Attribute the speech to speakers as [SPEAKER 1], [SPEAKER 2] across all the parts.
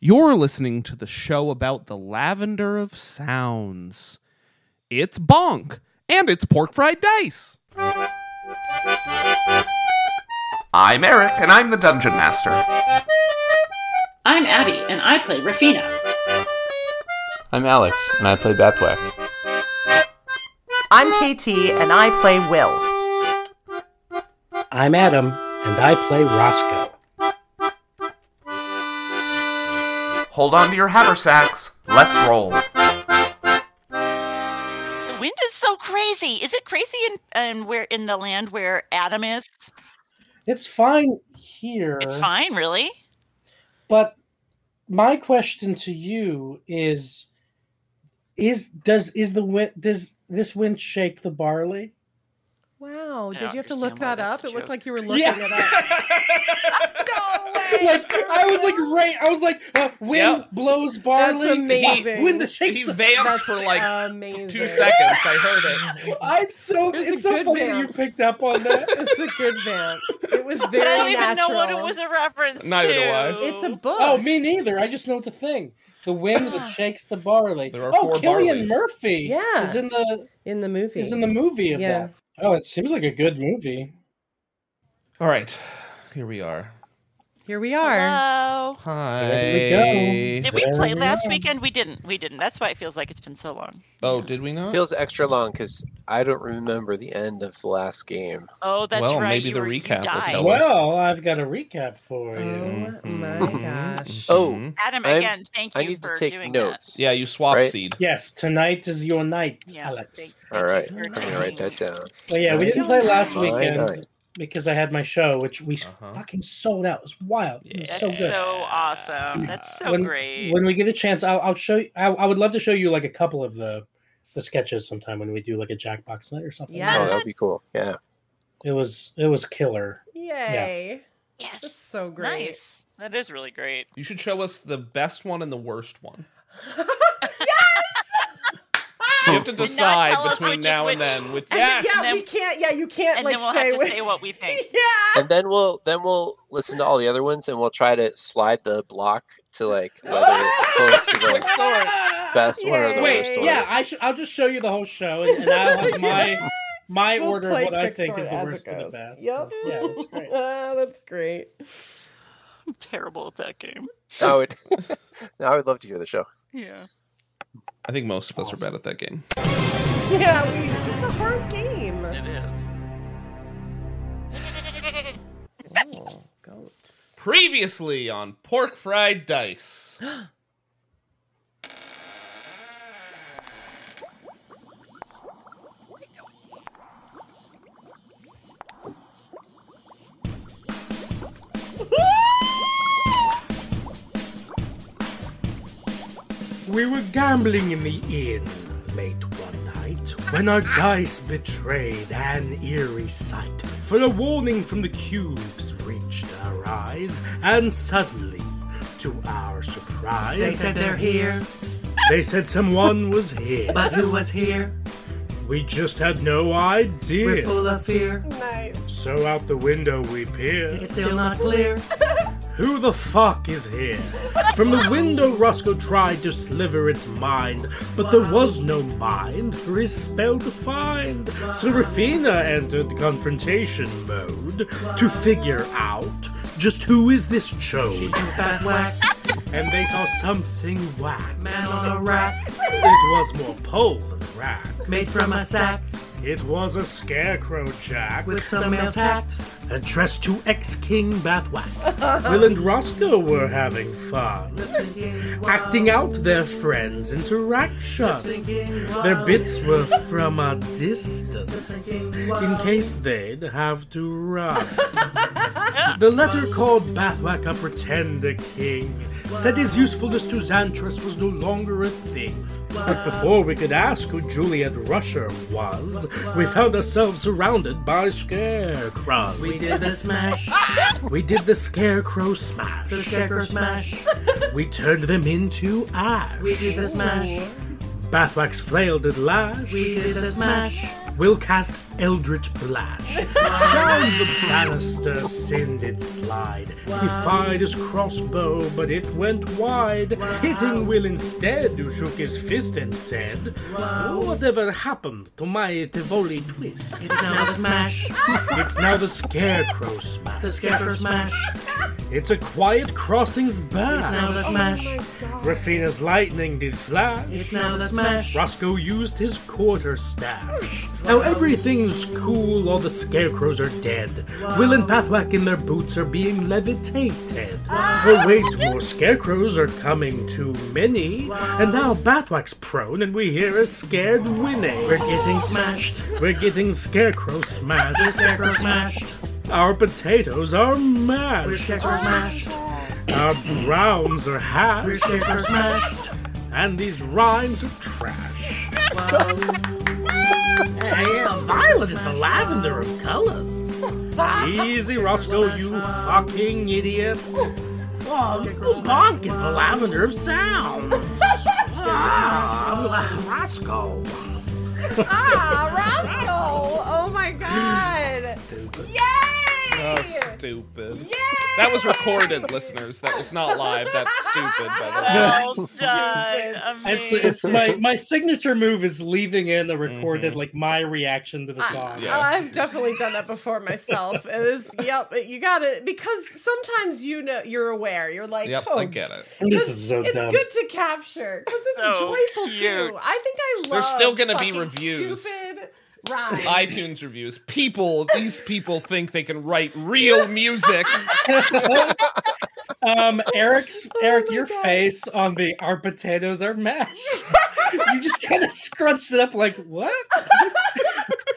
[SPEAKER 1] You're listening to the show about the lavender of sounds. It's bonk, and it's pork fried dice.
[SPEAKER 2] I'm Eric, and I'm the Dungeon Master.
[SPEAKER 3] I'm Abby, and I play Rafina.
[SPEAKER 4] I'm Alex, and I play Bathwack.
[SPEAKER 5] I'm KT and I play Will.
[SPEAKER 6] I'm Adam, and I play Roscoe.
[SPEAKER 2] Hold on to your haversacks. Let's roll.
[SPEAKER 7] The wind is so crazy. Is it crazy in, in where in the land where Adam is?
[SPEAKER 6] It's fine here.
[SPEAKER 1] Uh,
[SPEAKER 7] It's fine, really.
[SPEAKER 6] But my question to you is is does is the wind does this wind shake the barley?
[SPEAKER 5] Wow,
[SPEAKER 7] I
[SPEAKER 5] did
[SPEAKER 7] don't
[SPEAKER 5] you have to look
[SPEAKER 7] understand why
[SPEAKER 5] that
[SPEAKER 7] that's
[SPEAKER 5] up?
[SPEAKER 7] a
[SPEAKER 5] It looked
[SPEAKER 7] joke.
[SPEAKER 5] like you were looking
[SPEAKER 6] Yeah.
[SPEAKER 5] it up. no way.
[SPEAKER 6] Like I was like right I was like uh, wind
[SPEAKER 8] Yep.
[SPEAKER 6] blows
[SPEAKER 5] That's
[SPEAKER 6] barley.
[SPEAKER 5] amazing.
[SPEAKER 6] Wind that shakes
[SPEAKER 8] He
[SPEAKER 6] the-
[SPEAKER 8] veiled
[SPEAKER 5] That's
[SPEAKER 8] for like
[SPEAKER 5] amazing.
[SPEAKER 8] two seconds. I heard it.
[SPEAKER 6] I'm so
[SPEAKER 5] There's a
[SPEAKER 6] it's so
[SPEAKER 5] good
[SPEAKER 6] funny that
[SPEAKER 5] vamp.
[SPEAKER 6] you picked up on that.
[SPEAKER 5] It's a good vamp. It was
[SPEAKER 7] But
[SPEAKER 5] very
[SPEAKER 7] I don't even know
[SPEAKER 5] natural.
[SPEAKER 7] what it was a reference
[SPEAKER 8] Neither
[SPEAKER 7] to.
[SPEAKER 8] do I.
[SPEAKER 5] It's a book.
[SPEAKER 6] oh, me neither. I just know it's a thing. The wind that shakes the barley.
[SPEAKER 8] There are
[SPEAKER 6] oh,
[SPEAKER 8] four
[SPEAKER 6] Killian
[SPEAKER 8] barleys.
[SPEAKER 6] Murphy
[SPEAKER 5] Yeah.
[SPEAKER 6] is in the
[SPEAKER 5] in the movie.
[SPEAKER 6] is in the movie of
[SPEAKER 5] Yeah.
[SPEAKER 6] that. Oh, it seems like a good movie.
[SPEAKER 1] All right, here we are.
[SPEAKER 5] Here we are.
[SPEAKER 7] Hello.
[SPEAKER 1] Hi.
[SPEAKER 6] There
[SPEAKER 7] Did we
[SPEAKER 6] There
[SPEAKER 7] play
[SPEAKER 6] we
[SPEAKER 7] last
[SPEAKER 6] are.
[SPEAKER 7] weekend? We didn't. We didn't. That's why it feels like it's been so long.
[SPEAKER 1] Oh, did we
[SPEAKER 8] Mm.
[SPEAKER 1] not?
[SPEAKER 4] Feels extra long because I don't remember the end of the last game.
[SPEAKER 7] Oh, that's
[SPEAKER 1] Well,
[SPEAKER 7] right.
[SPEAKER 1] maybe
[SPEAKER 7] you
[SPEAKER 1] the
[SPEAKER 7] were- you
[SPEAKER 1] recap will
[SPEAKER 7] died.
[SPEAKER 1] tell us.
[SPEAKER 6] Well, I've got a recap for you.
[SPEAKER 4] Mm.
[SPEAKER 1] Mhm.
[SPEAKER 5] Oh my gosh.
[SPEAKER 4] Oh.
[SPEAKER 1] Mhm.
[SPEAKER 7] Adam,
[SPEAKER 4] I'm-
[SPEAKER 7] again, thank you
[SPEAKER 4] I need
[SPEAKER 7] for
[SPEAKER 4] to take
[SPEAKER 7] doing
[SPEAKER 4] notes.
[SPEAKER 1] Yeah, you swap
[SPEAKER 4] Right.
[SPEAKER 1] seed.
[SPEAKER 6] Yes, tonight is your night,
[SPEAKER 7] that. Yeah.
[SPEAKER 6] Alex.
[SPEAKER 7] thank-
[SPEAKER 4] All right,
[SPEAKER 7] thank you
[SPEAKER 4] I'm
[SPEAKER 7] for
[SPEAKER 4] gonna write
[SPEAKER 7] taking-
[SPEAKER 4] that down.
[SPEAKER 6] But yeah, we didn't play last
[SPEAKER 4] Mine, all
[SPEAKER 6] weekend
[SPEAKER 4] right.
[SPEAKER 6] because I had my show, which we
[SPEAKER 1] Uh-huh.
[SPEAKER 6] fucking sold out. It was wild. It was
[SPEAKER 1] Yeah.
[SPEAKER 7] That's
[SPEAKER 6] so
[SPEAKER 7] so,
[SPEAKER 6] good.
[SPEAKER 7] awesome. That's so
[SPEAKER 6] when,
[SPEAKER 7] great.
[SPEAKER 6] When we get a chance, I'll, I'll show you. I, I would love to show you like a couple of the the sketches sometime when we do like a Jackbox night or something.
[SPEAKER 4] Oh,
[SPEAKER 5] Yes.
[SPEAKER 4] that'd be cool. Yeah.
[SPEAKER 6] It was it was killer.
[SPEAKER 5] Yay.
[SPEAKER 7] yes.
[SPEAKER 5] that's so great.
[SPEAKER 7] Nice. That is really great.
[SPEAKER 1] You should show us the best one and the worst one.
[SPEAKER 9] Ah!
[SPEAKER 1] You have to
[SPEAKER 7] And Oh. not
[SPEAKER 1] decide
[SPEAKER 7] tell us
[SPEAKER 1] between
[SPEAKER 7] which is
[SPEAKER 1] now and
[SPEAKER 7] which.
[SPEAKER 1] then. With
[SPEAKER 5] And then-
[SPEAKER 1] yes,
[SPEAKER 5] yeah,
[SPEAKER 7] then-
[SPEAKER 5] we can't. Yeah, you can't
[SPEAKER 7] And
[SPEAKER 5] like
[SPEAKER 7] then we'll
[SPEAKER 5] say,
[SPEAKER 7] have to say what we think.
[SPEAKER 5] Yeah.
[SPEAKER 4] And then we'll then we'll listen to all the other ones and we'll try to slide the block to like whether it's close to the best one or the
[SPEAKER 5] Yay.
[SPEAKER 4] worst one.
[SPEAKER 6] yeah, I should. I'll just show you the whole show, and, and I'll have my my
[SPEAKER 5] We'll
[SPEAKER 6] order of
[SPEAKER 5] play
[SPEAKER 6] what I think is
[SPEAKER 5] Pixar
[SPEAKER 6] the
[SPEAKER 5] as it
[SPEAKER 6] worst and the
[SPEAKER 5] goes.
[SPEAKER 6] best.
[SPEAKER 5] Yep.
[SPEAKER 6] Yeah, that's great.
[SPEAKER 5] Ah, that's great.
[SPEAKER 7] I'm terrible at that game.
[SPEAKER 4] I would no, I would love to hear the show.
[SPEAKER 7] Yeah.
[SPEAKER 1] I think most of us are bad at that game.
[SPEAKER 5] Yeah, we, it's a hard game.
[SPEAKER 7] It is.
[SPEAKER 5] Oh, goats.
[SPEAKER 1] Previously on pork fried dice.
[SPEAKER 6] We were gambling in the inn late one night when our dice betrayed an eerie sight. For a warning from the cubes reached our eyes, and suddenly, to our surprise,
[SPEAKER 10] They said they're here,
[SPEAKER 6] they said someone was here.
[SPEAKER 10] but who was here?
[SPEAKER 6] we just had no
[SPEAKER 10] We're
[SPEAKER 6] idea.
[SPEAKER 10] full of fear.
[SPEAKER 5] Nice.
[SPEAKER 6] So out the window we peered.
[SPEAKER 10] It's still not clear.
[SPEAKER 6] Who the fuck is here? From the window, Roscoe tried to sliver its mind, but there was no mind for his spell to find. So Rafina entered confrontation mode to figure out just who is this
[SPEAKER 10] She
[SPEAKER 6] chode.
[SPEAKER 10] took back whack,
[SPEAKER 6] And they saw something whack.
[SPEAKER 10] man on a rack,
[SPEAKER 6] It was more pole than rack.
[SPEAKER 10] made from a sack,
[SPEAKER 6] It was a scarecrow jack
[SPEAKER 10] with some male tact.
[SPEAKER 6] addressed to ex-king Bathwack. Will and Roscoe were having fun. acting out their friends' interaction. Their bits were from a distance, in case they'd have to run. The letter called Bathwack a pretender king, said his usefulness to Xantras was no longer a thing. But before we could ask who Juliet Rusher was, we found ourselves surrounded by scarecrows.
[SPEAKER 10] We did the smash,
[SPEAKER 6] We did the scarecrow smash.
[SPEAKER 10] the scarecrow smash.
[SPEAKER 6] We turned them into ash.
[SPEAKER 10] We did the smash,
[SPEAKER 6] Bathwax flailed at lash.
[SPEAKER 10] we did the smash.
[SPEAKER 6] Will cast Eldritch Blast. Down the banister sinned it slide. He fired his crossbow, but it went wide. Hitting Will instead, who shook his fist and said, Whatever happened to my Tivoli twist?
[SPEAKER 10] It's now the smash.
[SPEAKER 6] It's now the Scarecrow smash.
[SPEAKER 10] The scarecrow smash.
[SPEAKER 6] It's a quiet crossing's
[SPEAKER 10] It's now the
[SPEAKER 6] bash.
[SPEAKER 10] smash.
[SPEAKER 6] Rafina's lightning did flash.
[SPEAKER 10] It's now the smash.
[SPEAKER 6] Roscoe used his quarter staff. Now everything's cool, all the scarecrows are dead. Will and Pathwack in their boots are being levitated. Oh wait, more scarecrows are coming, too many. And now Pathwack's prone and we hear a scared whinny. We're getting smashed. We're getting scarecrow smashed.
[SPEAKER 10] Scarecrow smash.
[SPEAKER 6] Our potatoes are mashed.
[SPEAKER 10] Scarecrow smash.
[SPEAKER 6] Our browns are hashed.
[SPEAKER 10] Scarecrow smash.
[SPEAKER 6] And these rhymes are trash.
[SPEAKER 10] Violet is the lavender of colors.
[SPEAKER 6] Easy, Roscoe, you fucking idiot.
[SPEAKER 10] Bonk is the lavender of sound.
[SPEAKER 6] Ah,
[SPEAKER 10] Roscoe.
[SPEAKER 9] Ah, Roscoe! Oh my god!
[SPEAKER 8] Oh,
[SPEAKER 9] Yay!
[SPEAKER 8] stupid.
[SPEAKER 9] Yay!
[SPEAKER 8] That was recorded, listeners. That was not live. That's stupid, by
[SPEAKER 7] Well done.
[SPEAKER 11] It's
[SPEAKER 7] Amazing.
[SPEAKER 11] it's my my signature move is leaving in a
[SPEAKER 6] Mm-hmm.
[SPEAKER 11] recorded like my reaction
[SPEAKER 10] Ah.
[SPEAKER 11] to the song.
[SPEAKER 8] Yeah.
[SPEAKER 9] Oh, I've definitely done that before myself. It is, yep, you got it because sometimes you know you're aware. You're like,
[SPEAKER 8] the way. Yep,
[SPEAKER 9] oh,
[SPEAKER 8] I get it.
[SPEAKER 11] This
[SPEAKER 9] it's-
[SPEAKER 11] is so
[SPEAKER 9] it's
[SPEAKER 11] dumb.
[SPEAKER 9] good to capture because it's
[SPEAKER 7] So
[SPEAKER 9] joyful
[SPEAKER 7] cute.
[SPEAKER 9] too. I think I love.
[SPEAKER 8] There's still gonna be
[SPEAKER 9] fucking
[SPEAKER 8] reviews.
[SPEAKER 9] Stupid rhymes.
[SPEAKER 8] iTunes reviews. People, these people think they can write real music.
[SPEAKER 11] Um, Eric's
[SPEAKER 9] Oh
[SPEAKER 11] Eric,
[SPEAKER 9] my
[SPEAKER 11] your
[SPEAKER 9] God.
[SPEAKER 11] face on the our potatoes are mashed. you just kind of scrunched it up like what?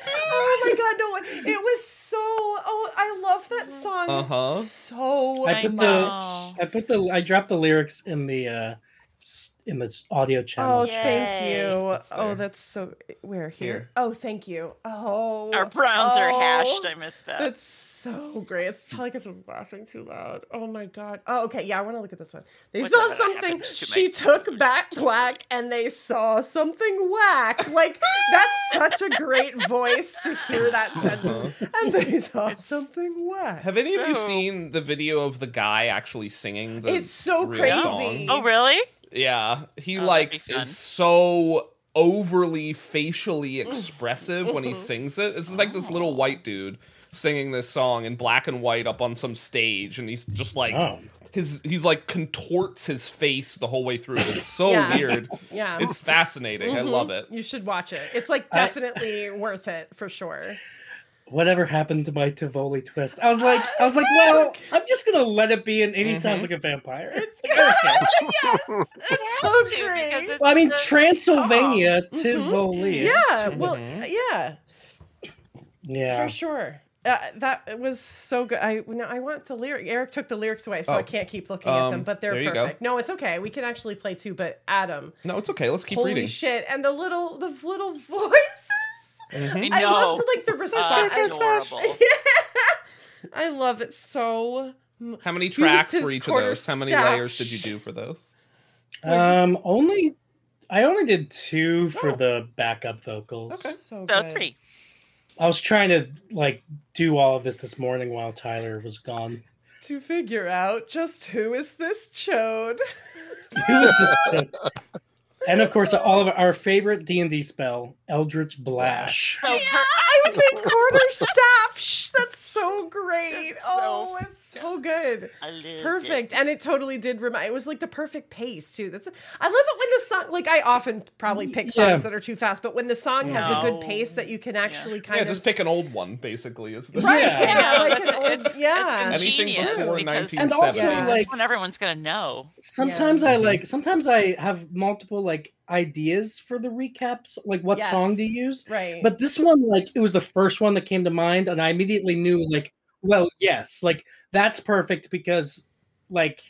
[SPEAKER 9] oh my god, no! it- It was so. Oh, I love that song
[SPEAKER 8] Uh-huh.
[SPEAKER 9] so
[SPEAKER 11] I
[SPEAKER 9] much.
[SPEAKER 11] put
[SPEAKER 7] know.
[SPEAKER 11] the I put the I dropped the lyrics in the uh s- in this audio
[SPEAKER 9] Oh,
[SPEAKER 11] channel.
[SPEAKER 9] thank
[SPEAKER 7] Yay.
[SPEAKER 9] you.
[SPEAKER 8] It's
[SPEAKER 9] Oh,
[SPEAKER 8] there.
[SPEAKER 9] that's so. We're here.
[SPEAKER 8] Here.
[SPEAKER 9] Oh, thank you. Oh,
[SPEAKER 7] Our browns are
[SPEAKER 9] oh,
[SPEAKER 7] hashed. I missed that.
[SPEAKER 9] That's so great. It's probably because I was laughing too loud. Oh my god. Oh, okay. Yeah, I want to look at this one. They
[SPEAKER 7] What's
[SPEAKER 9] saw
[SPEAKER 7] that that
[SPEAKER 9] something.
[SPEAKER 7] happened to
[SPEAKER 9] She
[SPEAKER 7] my-
[SPEAKER 9] took back whack, and they saw something whack. Like that's such a great voice to hear that
[SPEAKER 11] Uh-huh.
[SPEAKER 9] sentence. And they saw something whack.
[SPEAKER 8] Have any of you
[SPEAKER 7] No.
[SPEAKER 8] seen the video of the guy actually singing the
[SPEAKER 9] It's so
[SPEAKER 8] real
[SPEAKER 9] crazy.
[SPEAKER 8] song?
[SPEAKER 7] oh, really?
[SPEAKER 8] Yeah, he
[SPEAKER 7] Oh, that'd be
[SPEAKER 8] like
[SPEAKER 7] fun.
[SPEAKER 8] is so overly facially expressive when he
[SPEAKER 9] Mm-hmm.
[SPEAKER 8] sings it. It's just like this little white dude singing this song in black and white up on some stage, and he's just like
[SPEAKER 11] Oh.
[SPEAKER 8] his he's like contorts his face the whole way through. It's so
[SPEAKER 9] Yeah.
[SPEAKER 8] weird.
[SPEAKER 9] Yeah.
[SPEAKER 8] It's fascinating. I
[SPEAKER 9] Mhm.
[SPEAKER 8] love it.
[SPEAKER 9] You should watch it. It's like
[SPEAKER 11] I-
[SPEAKER 9] definitely worth it for sure.
[SPEAKER 11] Whatever happened to my Tivoli twist? I was like I was like, well, I'm just gonna let it be, and, and he sounds like a vampire.
[SPEAKER 9] Mm-hmm. It's
[SPEAKER 11] Like, okay.
[SPEAKER 7] It has to because it's
[SPEAKER 11] Well, I mean,
[SPEAKER 7] the-
[SPEAKER 11] Transylvania Tivoli. is-
[SPEAKER 9] Mm-hmm. Yeah, well, yeah,
[SPEAKER 11] yeah.
[SPEAKER 9] for sure. Uh, that was so good. I no, I want the lyric. Eric took the lyrics away, so I
[SPEAKER 8] Oh.
[SPEAKER 9] can't keep looking at them.
[SPEAKER 8] Um,
[SPEAKER 9] But they're
[SPEAKER 8] there you go.
[SPEAKER 9] perfect. No, it's okay. We can actually play too. But Adam,
[SPEAKER 8] No, it's okay. Let's keep
[SPEAKER 9] holy
[SPEAKER 8] reading.
[SPEAKER 9] shit, and the little the little voices.
[SPEAKER 8] Mhm.
[SPEAKER 9] I
[SPEAKER 7] know.
[SPEAKER 9] loved like the
[SPEAKER 7] Uh,
[SPEAKER 9] response.
[SPEAKER 7] adorable.
[SPEAKER 9] I love it so. m-
[SPEAKER 8] How many tracks
[SPEAKER 9] his
[SPEAKER 8] for each of
[SPEAKER 9] quarter
[SPEAKER 8] those? How many
[SPEAKER 9] staff.
[SPEAKER 8] layers did you do for those?
[SPEAKER 11] Um, only I only did two for
[SPEAKER 8] Oh.
[SPEAKER 11] the backup vocals.
[SPEAKER 9] So,
[SPEAKER 7] So
[SPEAKER 9] good.
[SPEAKER 7] three.
[SPEAKER 11] I was trying to like do all of this this morning while Tyler was gone.
[SPEAKER 9] to figure out just who is this chode.
[SPEAKER 11] Who is this? book? and of course, all of our favorite D and D spell, Eldritch Blash.
[SPEAKER 7] So
[SPEAKER 9] Yeah,
[SPEAKER 7] per-
[SPEAKER 9] I was in quarter staff. Shh, That's so great.
[SPEAKER 7] That's so
[SPEAKER 9] oh, it's so good.
[SPEAKER 7] I loved it.
[SPEAKER 9] Perfect. And it totally did remind it was like the perfect pace too. That's I love it when the song like I often probably pick songs
[SPEAKER 11] Yeah.
[SPEAKER 9] that are too fast, but when the song has a good
[SPEAKER 7] No.
[SPEAKER 9] pace that you can actually kind
[SPEAKER 8] Yeah,
[SPEAKER 9] of
[SPEAKER 8] just pick an old one, basically. Is the
[SPEAKER 9] Right,
[SPEAKER 11] Yeah.
[SPEAKER 9] yeah,
[SPEAKER 7] I know,
[SPEAKER 9] like
[SPEAKER 7] that's-
[SPEAKER 9] an old-
[SPEAKER 7] it's-
[SPEAKER 9] yeah.
[SPEAKER 7] it's
[SPEAKER 8] Anything
[SPEAKER 7] ingenious
[SPEAKER 8] before
[SPEAKER 7] because
[SPEAKER 8] 1970.
[SPEAKER 11] And also,
[SPEAKER 9] Yeah.
[SPEAKER 11] like
[SPEAKER 7] that's when everyone's gonna know.
[SPEAKER 11] sometimes I
[SPEAKER 8] Mhm.
[SPEAKER 11] like sometimes I have multiple like ideas for the recaps, like what
[SPEAKER 9] Yes.
[SPEAKER 11] song to use.
[SPEAKER 9] right.
[SPEAKER 11] But this one, like, it was the first one that came to mind, and I immediately knew, like, well, yes, like that's perfect because, like,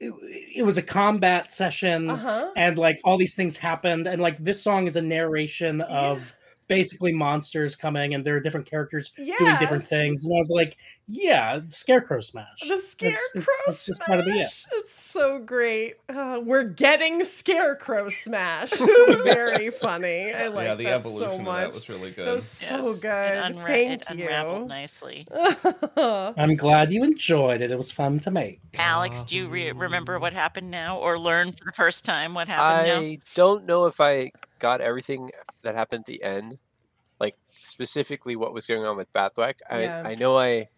[SPEAKER 11] it, it was a combat session,
[SPEAKER 9] uh-huh.
[SPEAKER 11] and like all these things happened, and like this song is a narration of basically monsters coming, and there are different characters doing
[SPEAKER 9] Yeah.
[SPEAKER 11] different things, and I was like, yeah, Scarecrow Smash.
[SPEAKER 9] The scarecrow
[SPEAKER 11] it's- it's just
[SPEAKER 9] smash.
[SPEAKER 11] part of the- yeah.
[SPEAKER 9] It's It's so great. Uh, we're getting Scarecrow Smash. Very funny. I like
[SPEAKER 8] yeah, the
[SPEAKER 9] that
[SPEAKER 8] evolution
[SPEAKER 9] so
[SPEAKER 8] of
[SPEAKER 9] much.
[SPEAKER 8] that was really good.
[SPEAKER 9] That was so good.
[SPEAKER 7] unra-
[SPEAKER 9] Thank
[SPEAKER 7] it
[SPEAKER 9] you.
[SPEAKER 7] unraveled nicely.
[SPEAKER 11] I'm glad you enjoyed it. It was fun to make.
[SPEAKER 8] Oh.
[SPEAKER 7] Alex, do you re- remember what happened now, or learn for the first time what happened now?
[SPEAKER 4] I don't know if I got everything that happened at the end, like specifically what was going on with Bathwack. I
[SPEAKER 9] Yeah.
[SPEAKER 4] I know I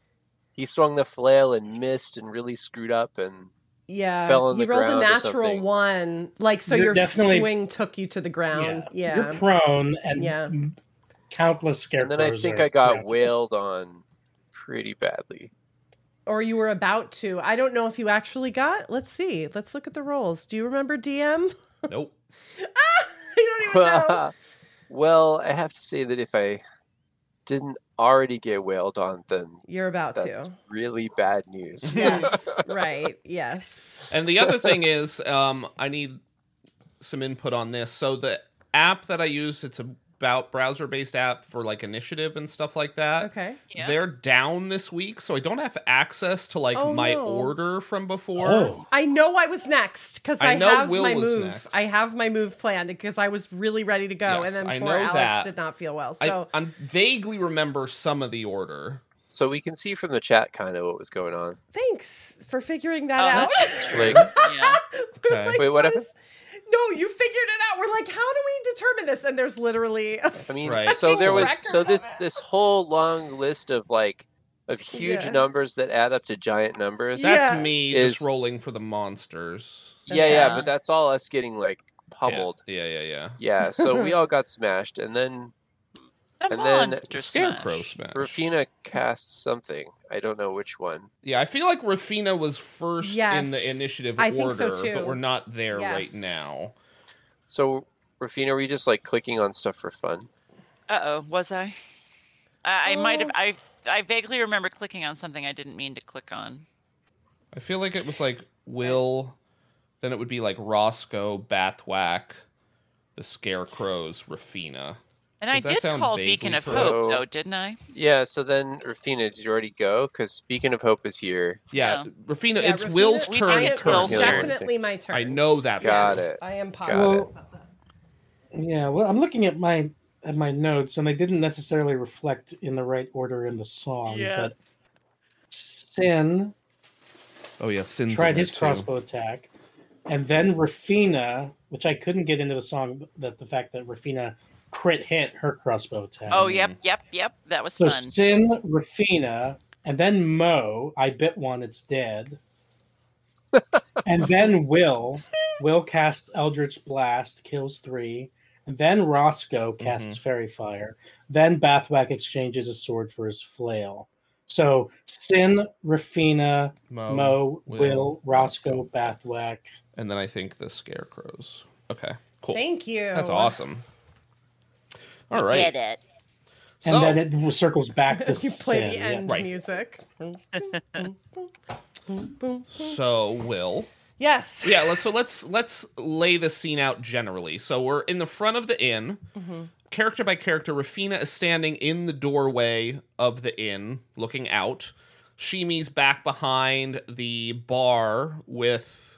[SPEAKER 4] he swung the flail and missed and really screwed up and
[SPEAKER 9] Yeah,
[SPEAKER 4] fell on
[SPEAKER 9] you
[SPEAKER 4] the
[SPEAKER 9] rolled
[SPEAKER 4] ground
[SPEAKER 9] a
[SPEAKER 4] or
[SPEAKER 9] natural
[SPEAKER 4] something.
[SPEAKER 9] one, like so
[SPEAKER 11] You're
[SPEAKER 9] your
[SPEAKER 11] definitely-
[SPEAKER 9] swing took you to the ground. Yeah,
[SPEAKER 11] You're prone and
[SPEAKER 9] Yeah.
[SPEAKER 11] countless
[SPEAKER 4] and
[SPEAKER 11] scarecrows.
[SPEAKER 4] then I think
[SPEAKER 11] are
[SPEAKER 4] I got
[SPEAKER 11] tragic.
[SPEAKER 4] wailed on pretty badly.
[SPEAKER 9] or you were about to. I don't know if you actually got. Let's see. Let's look at the rolls. Do you remember DM?
[SPEAKER 8] Nope.
[SPEAKER 4] well, I have to say that if I didn't already get wailed on, then
[SPEAKER 9] You're about
[SPEAKER 4] that's
[SPEAKER 9] to.
[SPEAKER 4] really bad news.
[SPEAKER 9] Yes, right. Yes.
[SPEAKER 8] And the other thing is, um, I need some input on this. So the app that I use, it's about browser based app for like initiative and stuff like that.
[SPEAKER 9] Okay.
[SPEAKER 8] They're down this week, so I don't have access to like
[SPEAKER 9] Oh,
[SPEAKER 8] my
[SPEAKER 9] no.
[SPEAKER 8] order from before.
[SPEAKER 9] I know I was next because I,
[SPEAKER 8] I know
[SPEAKER 9] have
[SPEAKER 8] Will
[SPEAKER 9] my
[SPEAKER 8] was
[SPEAKER 9] move.
[SPEAKER 8] next.
[SPEAKER 9] I have my move planned because I was really ready to go,
[SPEAKER 8] Yes,
[SPEAKER 9] and then
[SPEAKER 8] I
[SPEAKER 9] poor
[SPEAKER 8] know
[SPEAKER 9] Alex
[SPEAKER 8] that.
[SPEAKER 9] did not feel well.
[SPEAKER 8] I,
[SPEAKER 9] So
[SPEAKER 8] I vaguely remember some of the order.
[SPEAKER 4] So we can see from the chat kind of what was going on.
[SPEAKER 9] thanks for figuring that
[SPEAKER 7] Oh,
[SPEAKER 9] out.
[SPEAKER 4] Like,
[SPEAKER 9] We're
[SPEAKER 4] Okay. Wait, what happened?
[SPEAKER 9] is- No, you figured it out. We're like, how do we determine this? And there's literally a
[SPEAKER 4] I mean,
[SPEAKER 8] Right.
[SPEAKER 4] so there was
[SPEAKER 9] Record
[SPEAKER 4] so this this whole long list of like of huge
[SPEAKER 9] Yeah.
[SPEAKER 4] numbers that add up to giant numbers.
[SPEAKER 8] That's
[SPEAKER 9] Yeah.
[SPEAKER 8] me
[SPEAKER 4] Is-
[SPEAKER 8] just rolling for the monsters.
[SPEAKER 4] yeah, yeah,
[SPEAKER 7] Yeah.
[SPEAKER 4] but that's all us getting like pummeled.
[SPEAKER 8] Yeah, yeah, yeah.
[SPEAKER 4] Yeah, so we all got smashed, and then
[SPEAKER 7] The
[SPEAKER 4] and then
[SPEAKER 7] monster
[SPEAKER 8] Scarecrow
[SPEAKER 7] smash.
[SPEAKER 8] smash.
[SPEAKER 4] Rufina cast something. I don't know which one.
[SPEAKER 8] Yeah, I feel like Rafina was first in
[SPEAKER 9] Yes,
[SPEAKER 8] the initiative
[SPEAKER 9] I
[SPEAKER 8] order,
[SPEAKER 9] think so too.
[SPEAKER 8] but we're not there
[SPEAKER 9] Yes.
[SPEAKER 8] right now.
[SPEAKER 4] So Rufina, were you just like clicking on stuff for fun?
[SPEAKER 7] Uh oh, was I? I, I might have.
[SPEAKER 9] Oh.
[SPEAKER 7] I I vaguely remember clicking on something I didn't mean to click on.
[SPEAKER 8] I feel like it was like Will, then it would be like Roscoe, Bathwack, the Scarecrows, Rafina.
[SPEAKER 7] And I
[SPEAKER 8] Does that
[SPEAKER 7] did
[SPEAKER 8] sound
[SPEAKER 7] call
[SPEAKER 8] vaguely
[SPEAKER 7] Beacon of
[SPEAKER 8] familiar?
[SPEAKER 7] Hope,
[SPEAKER 4] So-
[SPEAKER 7] though, didn't I?
[SPEAKER 4] Yeah. So then Rufina, did you already go? Because Beacon of Hope is here.
[SPEAKER 8] Yeah,
[SPEAKER 7] No.
[SPEAKER 8] Rafina,
[SPEAKER 9] Yeah,
[SPEAKER 8] it's
[SPEAKER 9] Rafina-
[SPEAKER 8] Will's
[SPEAKER 7] We
[SPEAKER 8] turn.
[SPEAKER 7] did
[SPEAKER 9] It's
[SPEAKER 7] it's Will's
[SPEAKER 8] currently.
[SPEAKER 7] turn.
[SPEAKER 9] definitely my turn.
[SPEAKER 8] I know that's
[SPEAKER 4] Got
[SPEAKER 8] Will.
[SPEAKER 4] it.
[SPEAKER 9] I am
[SPEAKER 4] Got
[SPEAKER 9] positive
[SPEAKER 4] it.
[SPEAKER 9] about that.
[SPEAKER 11] Yeah, well, I'm looking at my at my notes, and they didn't necessarily reflect in the right order in the song.
[SPEAKER 7] Yeah.
[SPEAKER 11] But Sin
[SPEAKER 8] Oh yeah, Sin's in
[SPEAKER 11] tried
[SPEAKER 8] there,
[SPEAKER 11] his
[SPEAKER 8] too.
[SPEAKER 11] crossbow attack, and then Rafina, which I couldn't get into the song, that the fact that Rafina crit hit her crossbow attack.
[SPEAKER 7] Oh,
[SPEAKER 8] Mm.
[SPEAKER 7] yep, yep, yep. That was
[SPEAKER 11] so
[SPEAKER 7] fun.
[SPEAKER 11] Sin, Rafina, and then Mo. I bit one; it's dead. and then Will. Will casts Eldritch Blast, kills three. And then Roscoe casts
[SPEAKER 8] Mm-hmm.
[SPEAKER 11] Fairy Fire. Then Bathwack exchanges a sword for his flail. So Sin, Rafina,
[SPEAKER 8] Mo,
[SPEAKER 11] Mo, Will,
[SPEAKER 8] Will,
[SPEAKER 11] Roscoe, Bathwack.
[SPEAKER 8] and then I think the Scarecrows. Okay, cool.
[SPEAKER 9] Thank you.
[SPEAKER 8] That's awesome. All right.
[SPEAKER 7] Did it.
[SPEAKER 11] And
[SPEAKER 8] So-
[SPEAKER 11] then it circles back to
[SPEAKER 9] You play
[SPEAKER 11] Sin.
[SPEAKER 9] the
[SPEAKER 11] yeah.
[SPEAKER 9] end
[SPEAKER 8] Right.
[SPEAKER 9] music.
[SPEAKER 4] Hmm.
[SPEAKER 8] So Will.
[SPEAKER 9] Yes.
[SPEAKER 8] yeah let's so let's let's lay the scene out generally so we're in the front of the inn character by character rafina is standing in the doorway of the inn looking out shimi's back behind the bar with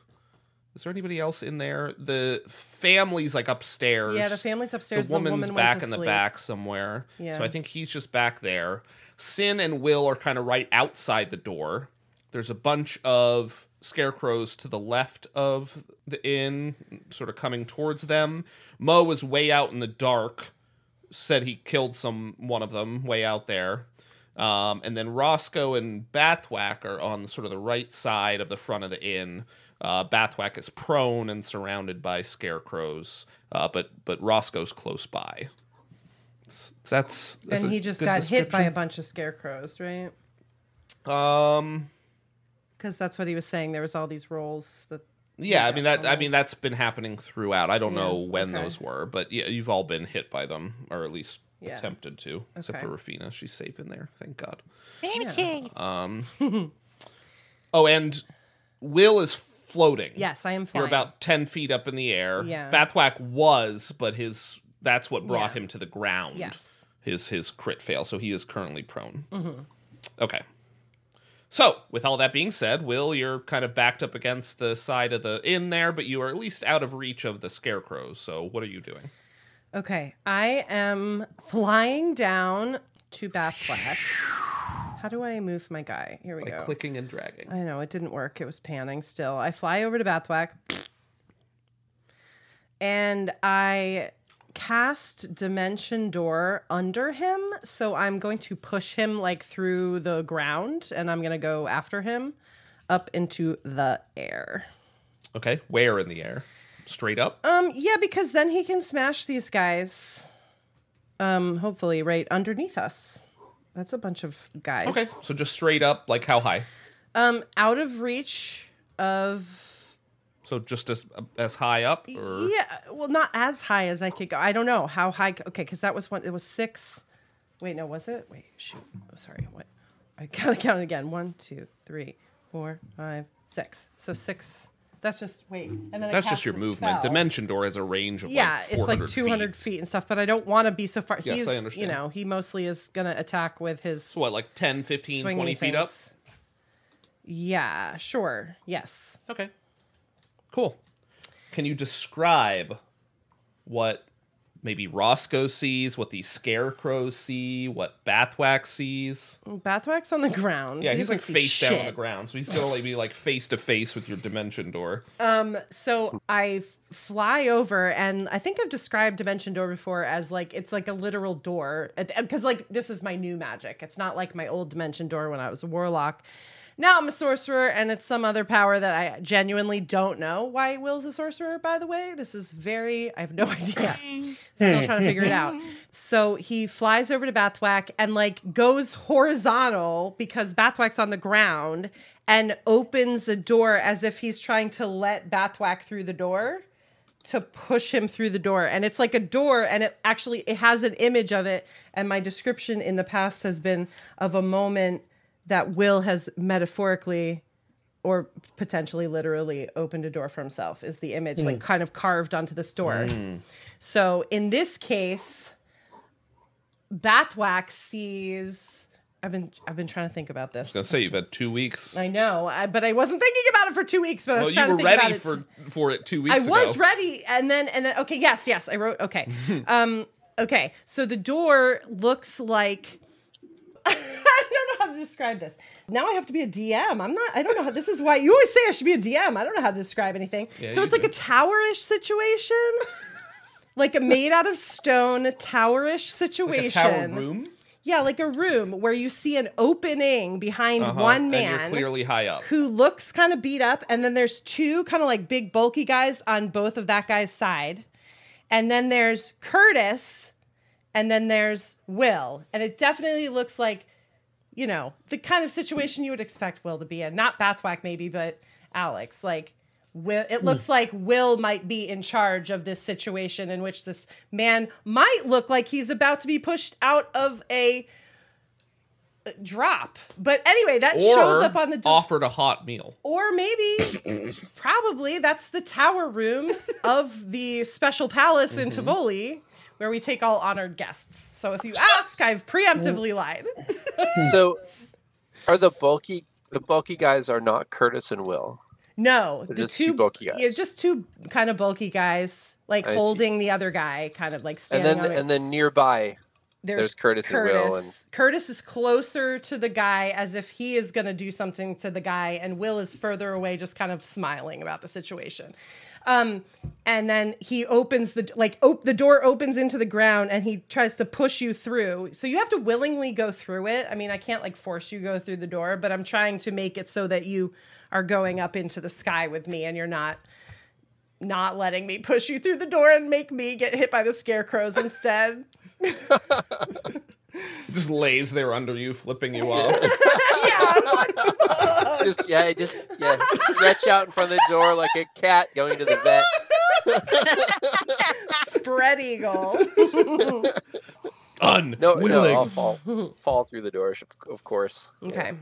[SPEAKER 8] is there anybody else in there the family's like upstairs
[SPEAKER 9] Yeah, the family's upstairs.
[SPEAKER 8] the woman's
[SPEAKER 9] the woman
[SPEAKER 8] back
[SPEAKER 9] went to
[SPEAKER 8] in the
[SPEAKER 9] sleep.
[SPEAKER 8] back somewhere.
[SPEAKER 9] Yeah.
[SPEAKER 8] So I think he's just back there. Sin and Will are kind of right outside the door. There's a bunch of scarecrows to the left of the inn, sort of coming towards them. Mo is way out in the dark. Said he killed some one of them way out there. Um, and then Roscoe and Bathwack are on sort of the right side of the front of the inn. Uh, Bathwack is prone and surrounded by scarecrows, uh, but but Roscoe's close by. S- That's, that's
[SPEAKER 9] And
[SPEAKER 8] a
[SPEAKER 9] he just
[SPEAKER 8] good
[SPEAKER 9] got hit by a
[SPEAKER 8] description.
[SPEAKER 9] bunch of scarecrows, right?
[SPEAKER 8] Um,
[SPEAKER 9] Because that's what he was saying. There was all these rolls that.
[SPEAKER 8] yeah, I
[SPEAKER 9] Yeah,
[SPEAKER 8] mean that. I
[SPEAKER 9] almost.
[SPEAKER 8] mean that's been happening throughout. I don't
[SPEAKER 9] Yeah,
[SPEAKER 8] know when
[SPEAKER 9] okay.
[SPEAKER 8] those were, but yeah, you've all been hit by them, or at least
[SPEAKER 9] Yeah.
[SPEAKER 8] attempted to. Except
[SPEAKER 9] Okay.
[SPEAKER 8] for Rafina, she's safe in there. Thank God.
[SPEAKER 7] Fancy.
[SPEAKER 8] Um. oh, and Will is floating.
[SPEAKER 9] Yes, I am flying.
[SPEAKER 8] You're about ten feet up in the air.
[SPEAKER 9] Yeah.
[SPEAKER 8] Bathwack was, but his that's what brought
[SPEAKER 9] Yeah.
[SPEAKER 8] him to the ground.
[SPEAKER 9] Yes. Mm-hmm.
[SPEAKER 8] His his crit fail, so he is currently prone.
[SPEAKER 9] Mhm.
[SPEAKER 8] Okay. So, with all that being said, Will, you're kind of backed up against the side of the inn there, but you are at least out of reach of the scarecrows. So, what are you doing?
[SPEAKER 9] Okay, I am flying down to Bath Flash. How do I move my guy? Here we
[SPEAKER 8] By
[SPEAKER 9] go.
[SPEAKER 8] clicking and dragging.
[SPEAKER 9] I know it didn't work. It was panning still. I fly over to Bathwack and I cast Dimension Door under him. So I'm going to push him like through the ground and I'm going to go after him up into the air.
[SPEAKER 8] Okay, where in the air? Straight up?
[SPEAKER 9] Um yeah, because then he can smash these guys. Um hopefully right underneath us. That's a bunch of guys.
[SPEAKER 8] Okay, so just straight up, like how high?
[SPEAKER 9] Um out of reach of
[SPEAKER 8] So just as as high up? Or...
[SPEAKER 9] Yeah, well, not as high as I could go. I don't know how high. Okay, because that was one. It was six. Wait, no, was it? Wait, shoot. Oh, sorry. What? I gotta count it again. One, two, three, four, five, six. So six. That's just wait, and then I
[SPEAKER 8] That's
[SPEAKER 9] cast
[SPEAKER 8] just your
[SPEAKER 9] the
[SPEAKER 8] movement.
[SPEAKER 9] spell.
[SPEAKER 8] Dimension door has a range of
[SPEAKER 9] Yeah,
[SPEAKER 8] like
[SPEAKER 9] it's
[SPEAKER 8] 400
[SPEAKER 9] like two hundred feet. and stuff. But I don't want to be so far.
[SPEAKER 8] Yes, I
[SPEAKER 9] He's, You
[SPEAKER 8] understand.
[SPEAKER 9] know, he mostly is gonna attack with his.
[SPEAKER 8] So what, like 10, 15,
[SPEAKER 9] swingy
[SPEAKER 8] 20 feet up?
[SPEAKER 9] things. Yeah. Sure. Yes.
[SPEAKER 8] Okay. Cool. Can you describe what maybe Roscoe sees, what the scarecrows see, what Bathwax sees?
[SPEAKER 9] Bathwax on the ground.
[SPEAKER 8] Yeah,
[SPEAKER 9] He
[SPEAKER 8] he's like
[SPEAKER 9] doesn't see
[SPEAKER 8] face down on the
[SPEAKER 9] shit.
[SPEAKER 8] ground, so he's gonna like be like face to face with your dimension door.
[SPEAKER 9] Um, so I f- fly over, and I think I've described Dimension Door before as like it's like a literal door because like this is my new magic. It's not like my old Dimension Door when I was a warlock. Now I'm a sorcerer, and it's some other power that I genuinely don't know why Will's a sorcerer. By the way, this is very I have no idea. Still trying to figure it out. So he flies over to Bathwack and like goes horizontal because Bathwack's on the ground and opens a door as if he's trying to let Bathwack through the door to push him through the door. And it's like a door and it actually it has an image of it and my description in the past has been of a moment that Will has metaphorically or potentially literally opened a door for himself is the image like
[SPEAKER 12] Mm.
[SPEAKER 9] kind of carved onto this door. So in this case, Batwax sees. I've been I've been trying to think about
[SPEAKER 8] I was
[SPEAKER 9] this.
[SPEAKER 8] gonna say you've had two weeks.
[SPEAKER 9] I know, I, but I wasn't thinking about it for two weeks. But I was
[SPEAKER 8] Well,
[SPEAKER 9] trying
[SPEAKER 8] you were
[SPEAKER 9] to think
[SPEAKER 8] ready
[SPEAKER 9] about it.
[SPEAKER 8] for for it two
[SPEAKER 9] I
[SPEAKER 8] weeks ago.
[SPEAKER 9] was ready, and then and then okay, yes, yes, I wrote okay. um, okay, so the door looks like. I don't know how to describe this. Now I have to be a DM. I'm not. I don't know how. This is why you always say I should be a DM. I don't know how to describe anything.
[SPEAKER 12] Yeah,
[SPEAKER 9] so
[SPEAKER 12] you
[SPEAKER 9] it's like
[SPEAKER 12] do.
[SPEAKER 9] a towerish situation, like a made out of stone towerish
[SPEAKER 8] Like a
[SPEAKER 9] situation.
[SPEAKER 8] tower room
[SPEAKER 9] Yeah, like a room where you see an opening behind
[SPEAKER 8] Uh-huh,
[SPEAKER 9] one
[SPEAKER 8] and
[SPEAKER 9] man
[SPEAKER 8] you're clearly high up.
[SPEAKER 9] who looks kind of beat up, and then there's two kind of like big bulky guys on both of that guy's side, and then there's Curtis, and then there's Will, and it definitely looks like, you know, the kind of situation you would expect Will to be in, not Bathwack maybe, but Alex, like. Will, it
[SPEAKER 12] Hmm.
[SPEAKER 9] looks like Will might be in charge of this situation in which this man might look like he's about to be pushed out of a drop. But anyway, that
[SPEAKER 8] or
[SPEAKER 9] shows up on the door.
[SPEAKER 8] offered a hot meal.
[SPEAKER 9] Or maybe, probably, that's the tower room of the special palace in
[SPEAKER 4] Mm-hmm.
[SPEAKER 9] Tivoli where we take all honored guests. So if you ask, I've
[SPEAKER 4] Mm.
[SPEAKER 9] preemptively lied.
[SPEAKER 4] so are the bulky the bulky guys are not Curtis and Will.
[SPEAKER 9] No,
[SPEAKER 4] They're
[SPEAKER 9] the
[SPEAKER 4] just
[SPEAKER 9] two,
[SPEAKER 4] two bulky guys.
[SPEAKER 9] Yeah, just two kind of bulky guys, like
[SPEAKER 4] I see.
[SPEAKER 9] holding the other guy, kind of like
[SPEAKER 4] And
[SPEAKER 9] standing
[SPEAKER 4] then
[SPEAKER 9] on it.
[SPEAKER 4] and then nearby there's, Curtis, and Will and
[SPEAKER 9] Curtis is closer to the guy as if he is going to do something to the guy, and Will is further away, just kind of smiling about the situation. Um, and then he opens the like op- the door opens into the ground, and he tries to push you through. So you have to willingly go through it. I mean, I can't like force you go through the door, but I'm trying to make it so that you are going up into the sky with me, and you're not not letting me push you through the door and make me get hit by the scarecrows instead.
[SPEAKER 8] Just lays there under you, flipping you off.
[SPEAKER 4] just yeah, just yeah, stretch out in front of the door like a cat going to the vet.
[SPEAKER 9] Spread eagle.
[SPEAKER 8] Un
[SPEAKER 4] no, no,
[SPEAKER 8] willing.
[SPEAKER 4] I'll fall fall through the door, of course. Yeah.
[SPEAKER 9] Okay.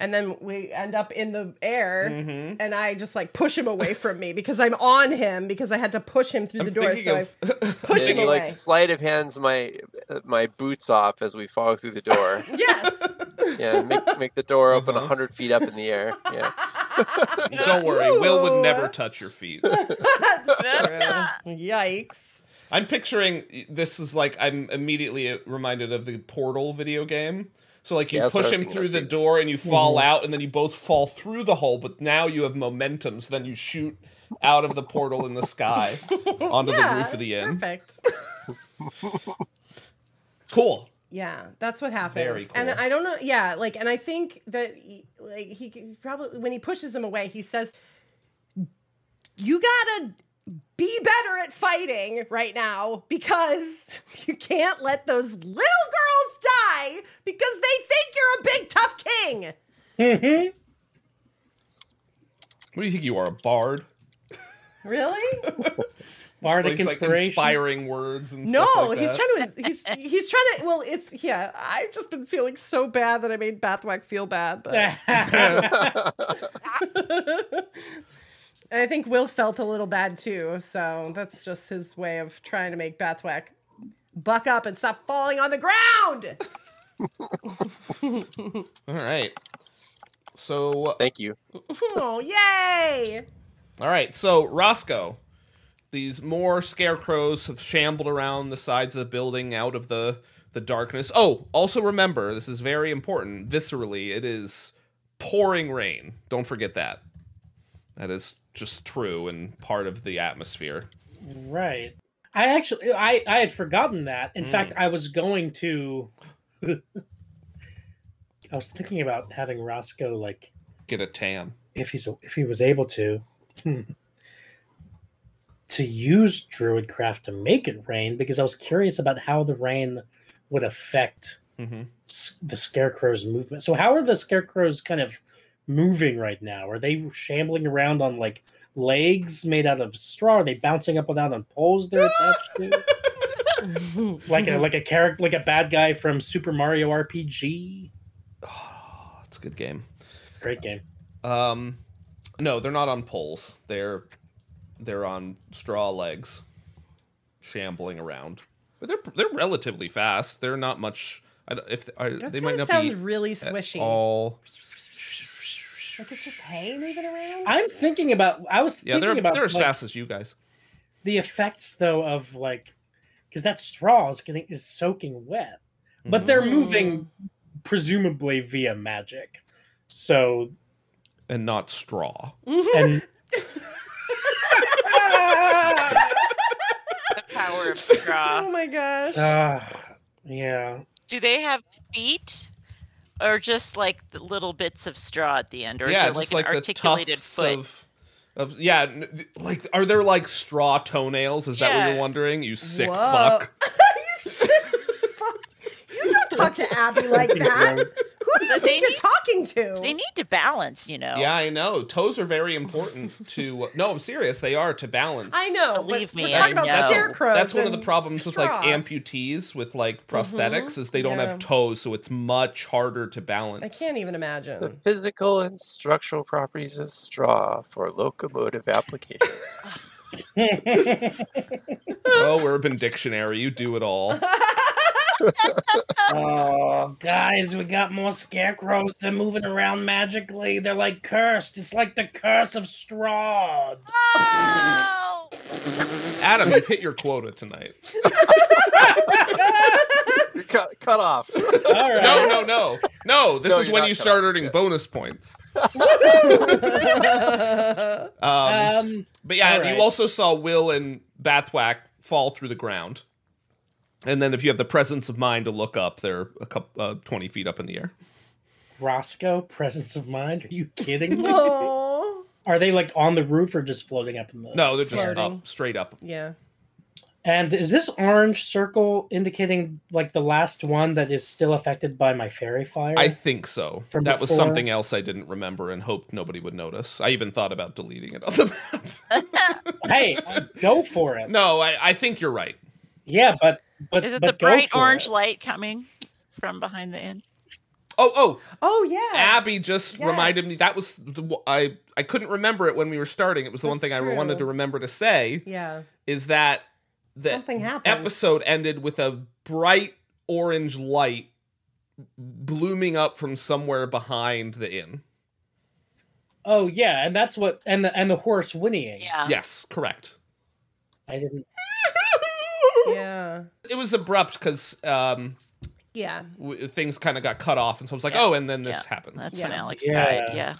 [SPEAKER 9] And then we end up in the air,
[SPEAKER 8] Mm-hmm.
[SPEAKER 9] and I just like push him away from me because I'm on him because I had to push him through the door.
[SPEAKER 8] thinking
[SPEAKER 9] So
[SPEAKER 8] of-
[SPEAKER 9] I push him
[SPEAKER 4] Maybe,
[SPEAKER 9] away.
[SPEAKER 4] like sleight of hands my uh, my boots off as we fall through the door.
[SPEAKER 9] yes.
[SPEAKER 4] Yeah, make, make the door open a 100 feet up in the air. Yeah.
[SPEAKER 8] Don't worry, Will would never touch your feet.
[SPEAKER 9] Yikes.
[SPEAKER 8] I'm picturing this is like I'm immediately reminded of the Portal video game. So like you
[SPEAKER 4] Yeah, that's what I
[SPEAKER 8] push
[SPEAKER 4] was
[SPEAKER 8] him
[SPEAKER 4] thinking
[SPEAKER 8] through
[SPEAKER 4] of,
[SPEAKER 8] the
[SPEAKER 4] too. Mm-hmm.
[SPEAKER 8] door and you fall
[SPEAKER 11] Mhm.
[SPEAKER 8] out, and then you both fall through the hole. But now you have momentum, so then you shoot out of the portal in the sky onto the roof of the inn.
[SPEAKER 9] Perfect.
[SPEAKER 8] Cool.
[SPEAKER 9] Yeah, that's what happens.
[SPEAKER 8] Very
[SPEAKER 9] And
[SPEAKER 8] cool.
[SPEAKER 9] I don't know. Yeah, like, and I think that he- like he could probably when he pushes him away, he says, "You gotta be better at fighting right now because you can't let those little girls die because they think you're a big tough king."
[SPEAKER 8] What do you think you are, a bard?
[SPEAKER 9] Really?
[SPEAKER 11] Bardic
[SPEAKER 8] It's like
[SPEAKER 11] inspiration.
[SPEAKER 8] inspiring words and
[SPEAKER 9] No,
[SPEAKER 8] stuff like that.
[SPEAKER 9] he's trying to. He's he's trying to. Well, it's yeah. I've just been feeling so bad that I made Bathwack feel bad, but And I think Will felt a little bad too. So that's just his way of trying to make Bathwack buck up and stop falling on the ground.
[SPEAKER 8] All right. So,
[SPEAKER 4] Thank you.
[SPEAKER 9] oh yay!
[SPEAKER 8] all right. So, Roscoe, these more scarecrows have shambled around the sides of the building out of the the darkness. Oh, also remember, this is very important. Viscerally, it is pouring rain. Don't forget that. That is just true and part of the atmosphere.
[SPEAKER 11] Right. I actually I I had forgotten that. In fact, I was going to I was thinking about having Roscoe like
[SPEAKER 8] Get a tan.
[SPEAKER 11] if he's if he was able to hmm, to use druidcraft to make it rain because I was curious about how the rain would affect
[SPEAKER 8] Mm-hmm.
[SPEAKER 11] s- the scarecrow's movement. So how are the scarecrows kind of moving right now? Are they shambling around on like legs made out of straw? Are they bouncing up and down on poles they're attached to? like a like a character like a bad guy from Super Mario RPG.
[SPEAKER 8] Oh, it's a good game.
[SPEAKER 11] Great game.
[SPEAKER 8] Um, no, they're not on poles. They're they're on straw legs, shambling around. But they're they're relatively fast. They're not much. I don't, if I,
[SPEAKER 9] That's
[SPEAKER 8] they might
[SPEAKER 9] gonna
[SPEAKER 8] not
[SPEAKER 9] sound
[SPEAKER 8] be
[SPEAKER 9] really
[SPEAKER 8] at
[SPEAKER 9] swishy.
[SPEAKER 8] all.
[SPEAKER 9] Like it's just hay moving around.
[SPEAKER 11] I'm thinking about I was
[SPEAKER 8] Yeah, they're
[SPEAKER 11] thinking about
[SPEAKER 8] they're as
[SPEAKER 11] like,
[SPEAKER 8] fast as you guys.
[SPEAKER 11] the effects though of like because that straw is getting is soaking wet but they're moving presumably via magic so
[SPEAKER 8] And not straw.
[SPEAKER 11] and
[SPEAKER 7] The power of straw.
[SPEAKER 9] oh my gosh!
[SPEAKER 11] uh, yeah
[SPEAKER 7] Do they have feet? Or just like the little bits of straw at the end, or
[SPEAKER 8] yeah,
[SPEAKER 7] is it like
[SPEAKER 8] just
[SPEAKER 7] an
[SPEAKER 8] like, the
[SPEAKER 7] articulated
[SPEAKER 8] tufts
[SPEAKER 7] foot?
[SPEAKER 8] of of yeah. n- th- Like, are there like straw toenails? Is that what
[SPEAKER 7] Yeah.
[SPEAKER 8] you're wondering? You sick
[SPEAKER 9] Whoa.
[SPEAKER 8] fuck.
[SPEAKER 9] you sick fuck! You don't talk to Abby like that. Who do you think you're talking to?
[SPEAKER 7] They need to balance, you know.
[SPEAKER 8] Yeah, I know. Toes are very important to. No, I'm serious. They are to balance.
[SPEAKER 9] I know. but
[SPEAKER 7] Believe
[SPEAKER 9] we're
[SPEAKER 7] me,
[SPEAKER 9] talking
[SPEAKER 7] I
[SPEAKER 9] about
[SPEAKER 7] know.
[SPEAKER 9] scarecrows.
[SPEAKER 8] That's one of the
[SPEAKER 9] and
[SPEAKER 8] problems with like
[SPEAKER 9] straw.
[SPEAKER 8] amputees with like prosthetics is they don't
[SPEAKER 9] Mm-hmm. Yeah.
[SPEAKER 8] have toes, so it's much harder to balance.
[SPEAKER 9] I can't even imagine.
[SPEAKER 4] The physical and structural properties of straw for locomotive applications.
[SPEAKER 8] Oh, Urban Dictionary, you do it all.
[SPEAKER 11] oh guys we got more scarecrows they're moving around magically they're like cursed it's like the curse of straw
[SPEAKER 7] Oh!
[SPEAKER 8] Adam, you've hit your quota tonight.
[SPEAKER 4] You're cut, cut off.
[SPEAKER 11] all right
[SPEAKER 8] No, no, no, no. This
[SPEAKER 4] No,
[SPEAKER 8] is
[SPEAKER 4] you're
[SPEAKER 8] when
[SPEAKER 4] not
[SPEAKER 8] you
[SPEAKER 4] cut
[SPEAKER 8] start
[SPEAKER 4] off.
[SPEAKER 8] earning
[SPEAKER 4] Yeah.
[SPEAKER 8] bonus points. Um,
[SPEAKER 11] um
[SPEAKER 8] but yeah,
[SPEAKER 11] all right.
[SPEAKER 8] you also saw Will and Bathwack fall through the ground. And then, if you have the presence of mind to look up, they're a couple, uh, twenty feet up in the air.
[SPEAKER 11] roscoe presence of mind are you kidding me
[SPEAKER 9] Aw.
[SPEAKER 11] Are they like on the roof or just floating up in the?
[SPEAKER 8] No, they're just
[SPEAKER 9] Flirting.
[SPEAKER 8] up, straight up.
[SPEAKER 9] Yeah.
[SPEAKER 11] And is this orange circle indicating like the last one that is still affected by my fairy fire?
[SPEAKER 8] I think so.
[SPEAKER 11] From
[SPEAKER 8] that was
[SPEAKER 11] before?
[SPEAKER 8] something else I didn't remember and hoped nobody would notice. I even thought about deleting it on the map.
[SPEAKER 11] hey, I- go for it.
[SPEAKER 8] No, I, I think you're right.
[SPEAKER 11] Yeah, but but
[SPEAKER 7] Is it
[SPEAKER 11] but
[SPEAKER 7] the
[SPEAKER 11] go
[SPEAKER 7] bright
[SPEAKER 11] for
[SPEAKER 7] orange
[SPEAKER 11] it.
[SPEAKER 7] light coming from behind the inn?
[SPEAKER 8] Oh, oh,
[SPEAKER 9] Oh yeah.
[SPEAKER 8] Abby just
[SPEAKER 9] Yes.
[SPEAKER 8] reminded me that was the, w- I I couldn't remember it when we were starting. It was the one thing
[SPEAKER 9] That's
[SPEAKER 8] I wanted
[SPEAKER 9] true.
[SPEAKER 8] to remember to say
[SPEAKER 9] yeah.
[SPEAKER 8] is that the
[SPEAKER 9] Something happened.
[SPEAKER 8] episode ended with a bright orange light blooming up from somewhere behind the inn.
[SPEAKER 11] Oh yeah, and that's what and the and the horse whinnying.
[SPEAKER 7] Yeah.
[SPEAKER 8] Yes, correct.
[SPEAKER 11] I didn't.
[SPEAKER 9] yeah.
[SPEAKER 8] It was abrupt because um,
[SPEAKER 9] Yeah.
[SPEAKER 8] w- things kind of got cut off, and so I was like,
[SPEAKER 7] Yeah.
[SPEAKER 8] "Oh," and then this
[SPEAKER 7] Yeah.
[SPEAKER 8] happens.
[SPEAKER 7] That's
[SPEAKER 9] Yeah.
[SPEAKER 7] when Alex
[SPEAKER 11] Yeah.
[SPEAKER 7] died. Yeah.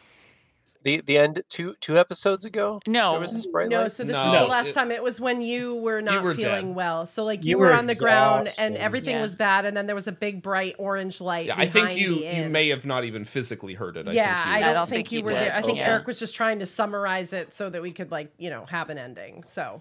[SPEAKER 4] The the end two two episodes ago.
[SPEAKER 7] No.
[SPEAKER 4] There was this bright
[SPEAKER 9] No,
[SPEAKER 4] light?
[SPEAKER 9] so this
[SPEAKER 8] No.
[SPEAKER 9] was the
[SPEAKER 8] No,
[SPEAKER 9] last
[SPEAKER 8] it-
[SPEAKER 9] time. It was when you were not
[SPEAKER 8] were
[SPEAKER 9] feeling
[SPEAKER 8] dead.
[SPEAKER 9] well. So like you,
[SPEAKER 11] You
[SPEAKER 9] were,
[SPEAKER 11] were
[SPEAKER 9] on the ground and
[SPEAKER 11] exhausted.
[SPEAKER 9] everything
[SPEAKER 7] Yeah.
[SPEAKER 9] was bad, and then there was a big bright orange light.
[SPEAKER 8] Yeah, I think
[SPEAKER 9] behind
[SPEAKER 8] you
[SPEAKER 9] the
[SPEAKER 8] you
[SPEAKER 9] inn.
[SPEAKER 8] may have not even physically heard it. I
[SPEAKER 9] yeah,
[SPEAKER 8] think you
[SPEAKER 9] I
[SPEAKER 7] I
[SPEAKER 9] don't,
[SPEAKER 7] don't
[SPEAKER 9] think,
[SPEAKER 7] think
[SPEAKER 9] you
[SPEAKER 7] you
[SPEAKER 9] were
[SPEAKER 7] did.
[SPEAKER 9] there. I think
[SPEAKER 7] Okay.
[SPEAKER 9] Eric was just trying to summarize it so that we could like you know have an ending. So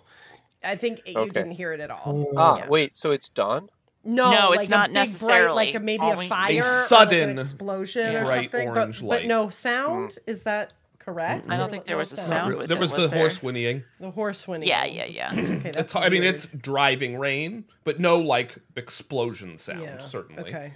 [SPEAKER 9] I think you
[SPEAKER 4] Okay.
[SPEAKER 9] didn't hear it at
[SPEAKER 7] Oh,
[SPEAKER 11] Hmm.
[SPEAKER 9] all.
[SPEAKER 4] Ah,
[SPEAKER 9] Yeah.
[SPEAKER 4] wait. So it's dawn.
[SPEAKER 9] No,
[SPEAKER 7] No,
[SPEAKER 9] like
[SPEAKER 7] it's not
[SPEAKER 9] a big Bright,
[SPEAKER 7] necessarily.
[SPEAKER 9] like a, maybe
[SPEAKER 7] Only-
[SPEAKER 9] a
[SPEAKER 7] A
[SPEAKER 9] fire, or, like,
[SPEAKER 8] sudden
[SPEAKER 9] an explosion or
[SPEAKER 8] bright
[SPEAKER 9] something,
[SPEAKER 8] orange
[SPEAKER 9] but, but
[SPEAKER 8] light. Mm.
[SPEAKER 9] no sound. Is that correct?
[SPEAKER 7] I don't
[SPEAKER 9] Or
[SPEAKER 7] think
[SPEAKER 9] what-
[SPEAKER 7] there
[SPEAKER 9] what
[SPEAKER 7] was a
[SPEAKER 9] that?
[SPEAKER 8] Not
[SPEAKER 7] sound
[SPEAKER 8] really.
[SPEAKER 7] with
[SPEAKER 8] There
[SPEAKER 7] it,
[SPEAKER 8] was the
[SPEAKER 7] was there?
[SPEAKER 8] horse whinnying.
[SPEAKER 9] The horse winning.
[SPEAKER 7] Yeah. Yeah. Yeah.
[SPEAKER 9] Okay, that's
[SPEAKER 8] It's I mean
[SPEAKER 9] weird.
[SPEAKER 8] it's driving rain, but no like explosion sound certainly.
[SPEAKER 9] Okay.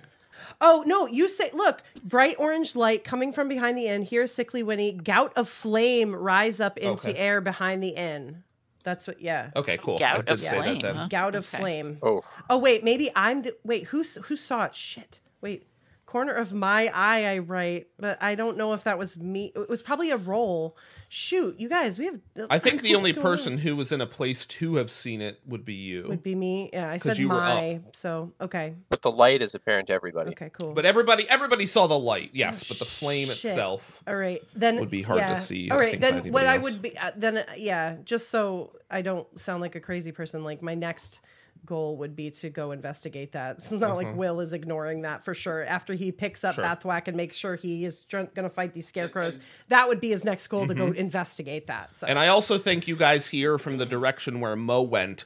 [SPEAKER 9] Oh no! You say, look, bright orange light coming from behind the inn. Here, sickly Winnie, gout of flame rise up into
[SPEAKER 8] Okay.
[SPEAKER 9] air behind the inn. That's what. Yeah,
[SPEAKER 8] Okay, cool. I
[SPEAKER 7] Gout
[SPEAKER 8] did
[SPEAKER 7] of
[SPEAKER 8] say
[SPEAKER 7] flame.
[SPEAKER 8] that then.
[SPEAKER 7] huh?
[SPEAKER 9] gout of
[SPEAKER 7] Okay.
[SPEAKER 9] flame.
[SPEAKER 4] Oh,
[SPEAKER 9] Oh wait, maybe I'm the wait. Who s- who saw it? Shit. Wait, corner of my eye. I write, but I don't know if that was me. It was probably a roll. Shoot, you guys, we have.
[SPEAKER 8] I think the
[SPEAKER 9] what's
[SPEAKER 8] only
[SPEAKER 9] going on?
[SPEAKER 8] person who was in a place to have seen it would be you.
[SPEAKER 9] would be me. Yeah, I
[SPEAKER 8] 'Cause
[SPEAKER 9] said
[SPEAKER 8] you were up.
[SPEAKER 9] my. So okay,
[SPEAKER 4] but the light is apparent to everybody.
[SPEAKER 9] okay, cool.
[SPEAKER 8] But everybody everybody saw the light, yes, but the flame
[SPEAKER 9] Oh, shit.
[SPEAKER 8] itself.
[SPEAKER 9] All right, then
[SPEAKER 8] Would be hard to
[SPEAKER 9] yeah.
[SPEAKER 8] see,
[SPEAKER 9] All
[SPEAKER 8] I
[SPEAKER 9] right,
[SPEAKER 8] think, by
[SPEAKER 9] then what
[SPEAKER 8] anybody
[SPEAKER 9] I
[SPEAKER 8] else.
[SPEAKER 9] would be uh, then uh, yeah, just so I don't sound like a crazy person. Like my next goal would be to go investigate that. It's not like Will is ignoring that for sure. After he picks up
[SPEAKER 8] Mm-hmm. Sure.
[SPEAKER 9] Bathwack and makes sure he is tr- going to fight these scarecrows, that would be his next goal to go investigate that. So
[SPEAKER 8] Mm-hmm. And I also think you guys hear from the direction where Mo went.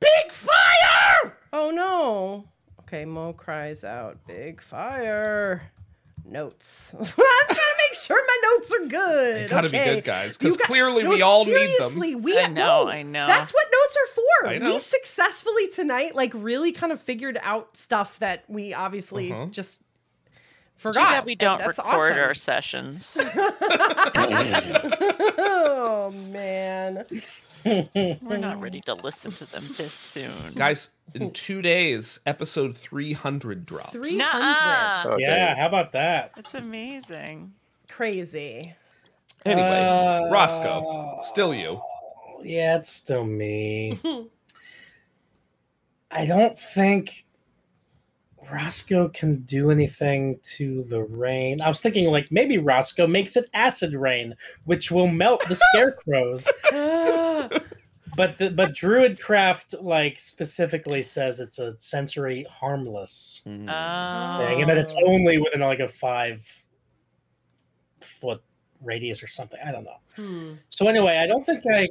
[SPEAKER 8] Big fire!
[SPEAKER 9] oh no, okay, Mo cries out, "Big fire!" Notes. I'm trying to make sure my notes are good.
[SPEAKER 8] They gotta be
[SPEAKER 9] okay?
[SPEAKER 8] good, guys,
[SPEAKER 9] You
[SPEAKER 8] 'cause
[SPEAKER 9] got-
[SPEAKER 8] clearly
[SPEAKER 9] no,
[SPEAKER 8] we all need them.
[SPEAKER 9] seriously, We
[SPEAKER 7] I know,
[SPEAKER 9] no,
[SPEAKER 7] I know.
[SPEAKER 9] That's what notes are for.
[SPEAKER 8] I know.
[SPEAKER 9] We successfully tonight, like, really kind of figured out stuff that we obviously
[SPEAKER 8] Uh-huh.
[SPEAKER 9] just
[SPEAKER 7] Too
[SPEAKER 9] forgot.
[SPEAKER 7] bad we don't
[SPEAKER 9] That's
[SPEAKER 7] record
[SPEAKER 9] awesome.
[SPEAKER 7] our sessions.
[SPEAKER 9] Oh man,
[SPEAKER 7] We're not ready to listen to them this soon.
[SPEAKER 8] Guys, in two days, episode three hundred drops.
[SPEAKER 9] three hundred,
[SPEAKER 7] Nuh-uh.
[SPEAKER 4] Okay.
[SPEAKER 11] Yeah, how about that?
[SPEAKER 7] That's amazing.
[SPEAKER 9] crazy.
[SPEAKER 8] Anyway,
[SPEAKER 11] Uh,
[SPEAKER 8] Roscoe, still you.
[SPEAKER 11] Yeah, it's still me.
[SPEAKER 9] Hmm.
[SPEAKER 11] I don't think Roscoe can do anything to the rain. I was thinking like maybe Roscoe makes it acid rain, which will melt the scarecrows. But the, but Druidcraft like specifically says it's a sensory harmless
[SPEAKER 8] Mm-hmm.
[SPEAKER 7] Mm. Uh,
[SPEAKER 11] thing,
[SPEAKER 7] Oh.
[SPEAKER 11] and that it's
[SPEAKER 9] Oh.
[SPEAKER 11] only within like a five foot radius or something. I don't know.
[SPEAKER 9] Hmm.
[SPEAKER 11] So anyway, I don't think I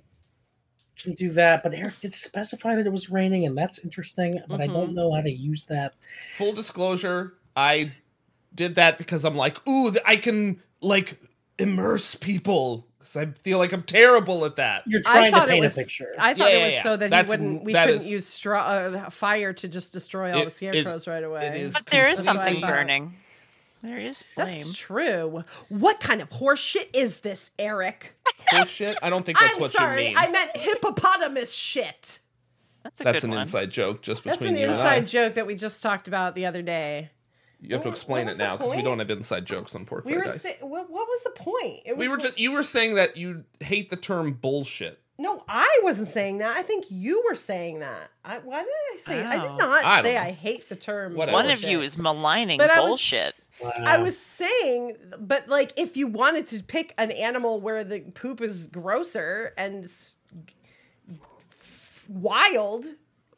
[SPEAKER 11] can do that. But Eric did specify that it was raining, and that's interesting. But I
[SPEAKER 9] Mm-hmm.
[SPEAKER 11] don't know how to use that.
[SPEAKER 8] Full disclosure, I did that because I'm like, ooh, th- I can like immerse people because I feel like I'm terrible at that.
[SPEAKER 11] You're trying
[SPEAKER 9] I
[SPEAKER 11] to
[SPEAKER 9] thought it
[SPEAKER 11] paint
[SPEAKER 9] was.
[SPEAKER 11] a picture.
[SPEAKER 9] I thought
[SPEAKER 8] Yeah,
[SPEAKER 9] it was
[SPEAKER 8] yeah,
[SPEAKER 9] so
[SPEAKER 8] yeah.
[SPEAKER 9] that
[SPEAKER 8] That's-
[SPEAKER 9] he wouldn't. We
[SPEAKER 8] that
[SPEAKER 9] couldn't
[SPEAKER 8] is-
[SPEAKER 9] use straw uh, fire to just destroy all
[SPEAKER 8] It-
[SPEAKER 9] the
[SPEAKER 8] it-
[SPEAKER 9] scarecrows right away.
[SPEAKER 8] it is
[SPEAKER 7] But there is
[SPEAKER 9] That's what I
[SPEAKER 7] something
[SPEAKER 9] thought.
[SPEAKER 7] burning. There is
[SPEAKER 9] That's
[SPEAKER 7] flame.
[SPEAKER 9] true. What kind of horse shit is this, Eric?
[SPEAKER 8] Bullshit. I don't think that's
[SPEAKER 9] I'm
[SPEAKER 8] what
[SPEAKER 9] sorry,
[SPEAKER 8] you mean.
[SPEAKER 9] I meant hippopotamus shit.
[SPEAKER 7] That's a
[SPEAKER 8] that's
[SPEAKER 7] good
[SPEAKER 8] an
[SPEAKER 7] one.
[SPEAKER 8] inside joke just
[SPEAKER 9] That's
[SPEAKER 8] between
[SPEAKER 9] an
[SPEAKER 8] you
[SPEAKER 9] inside
[SPEAKER 8] and I.
[SPEAKER 9] joke that we just talked about the other day.
[SPEAKER 8] You have to
[SPEAKER 9] What-
[SPEAKER 8] explain
[SPEAKER 9] what was
[SPEAKER 8] it now
[SPEAKER 9] the
[SPEAKER 8] because we
[SPEAKER 9] point?
[SPEAKER 8] don't have inside jokes on Pork
[SPEAKER 9] We were
[SPEAKER 8] Friday.
[SPEAKER 9] say, what, what was the point? It was
[SPEAKER 8] we were
[SPEAKER 9] like-
[SPEAKER 8] just you were saying that you hate the term bullshit.
[SPEAKER 9] no, I wasn't saying that. I think you were saying that. I, why did I say? I
[SPEAKER 7] Oh.
[SPEAKER 9] did not
[SPEAKER 8] I don't
[SPEAKER 9] say
[SPEAKER 8] know.
[SPEAKER 9] I hate the term.
[SPEAKER 8] Whatever.
[SPEAKER 7] One of you
[SPEAKER 9] bullshit.
[SPEAKER 7] is maligning
[SPEAKER 9] But I was-
[SPEAKER 7] bullshit.
[SPEAKER 9] I
[SPEAKER 11] Wow.
[SPEAKER 9] was saying, but like, if you wanted to pick an animal where the poop is grosser and s- wild,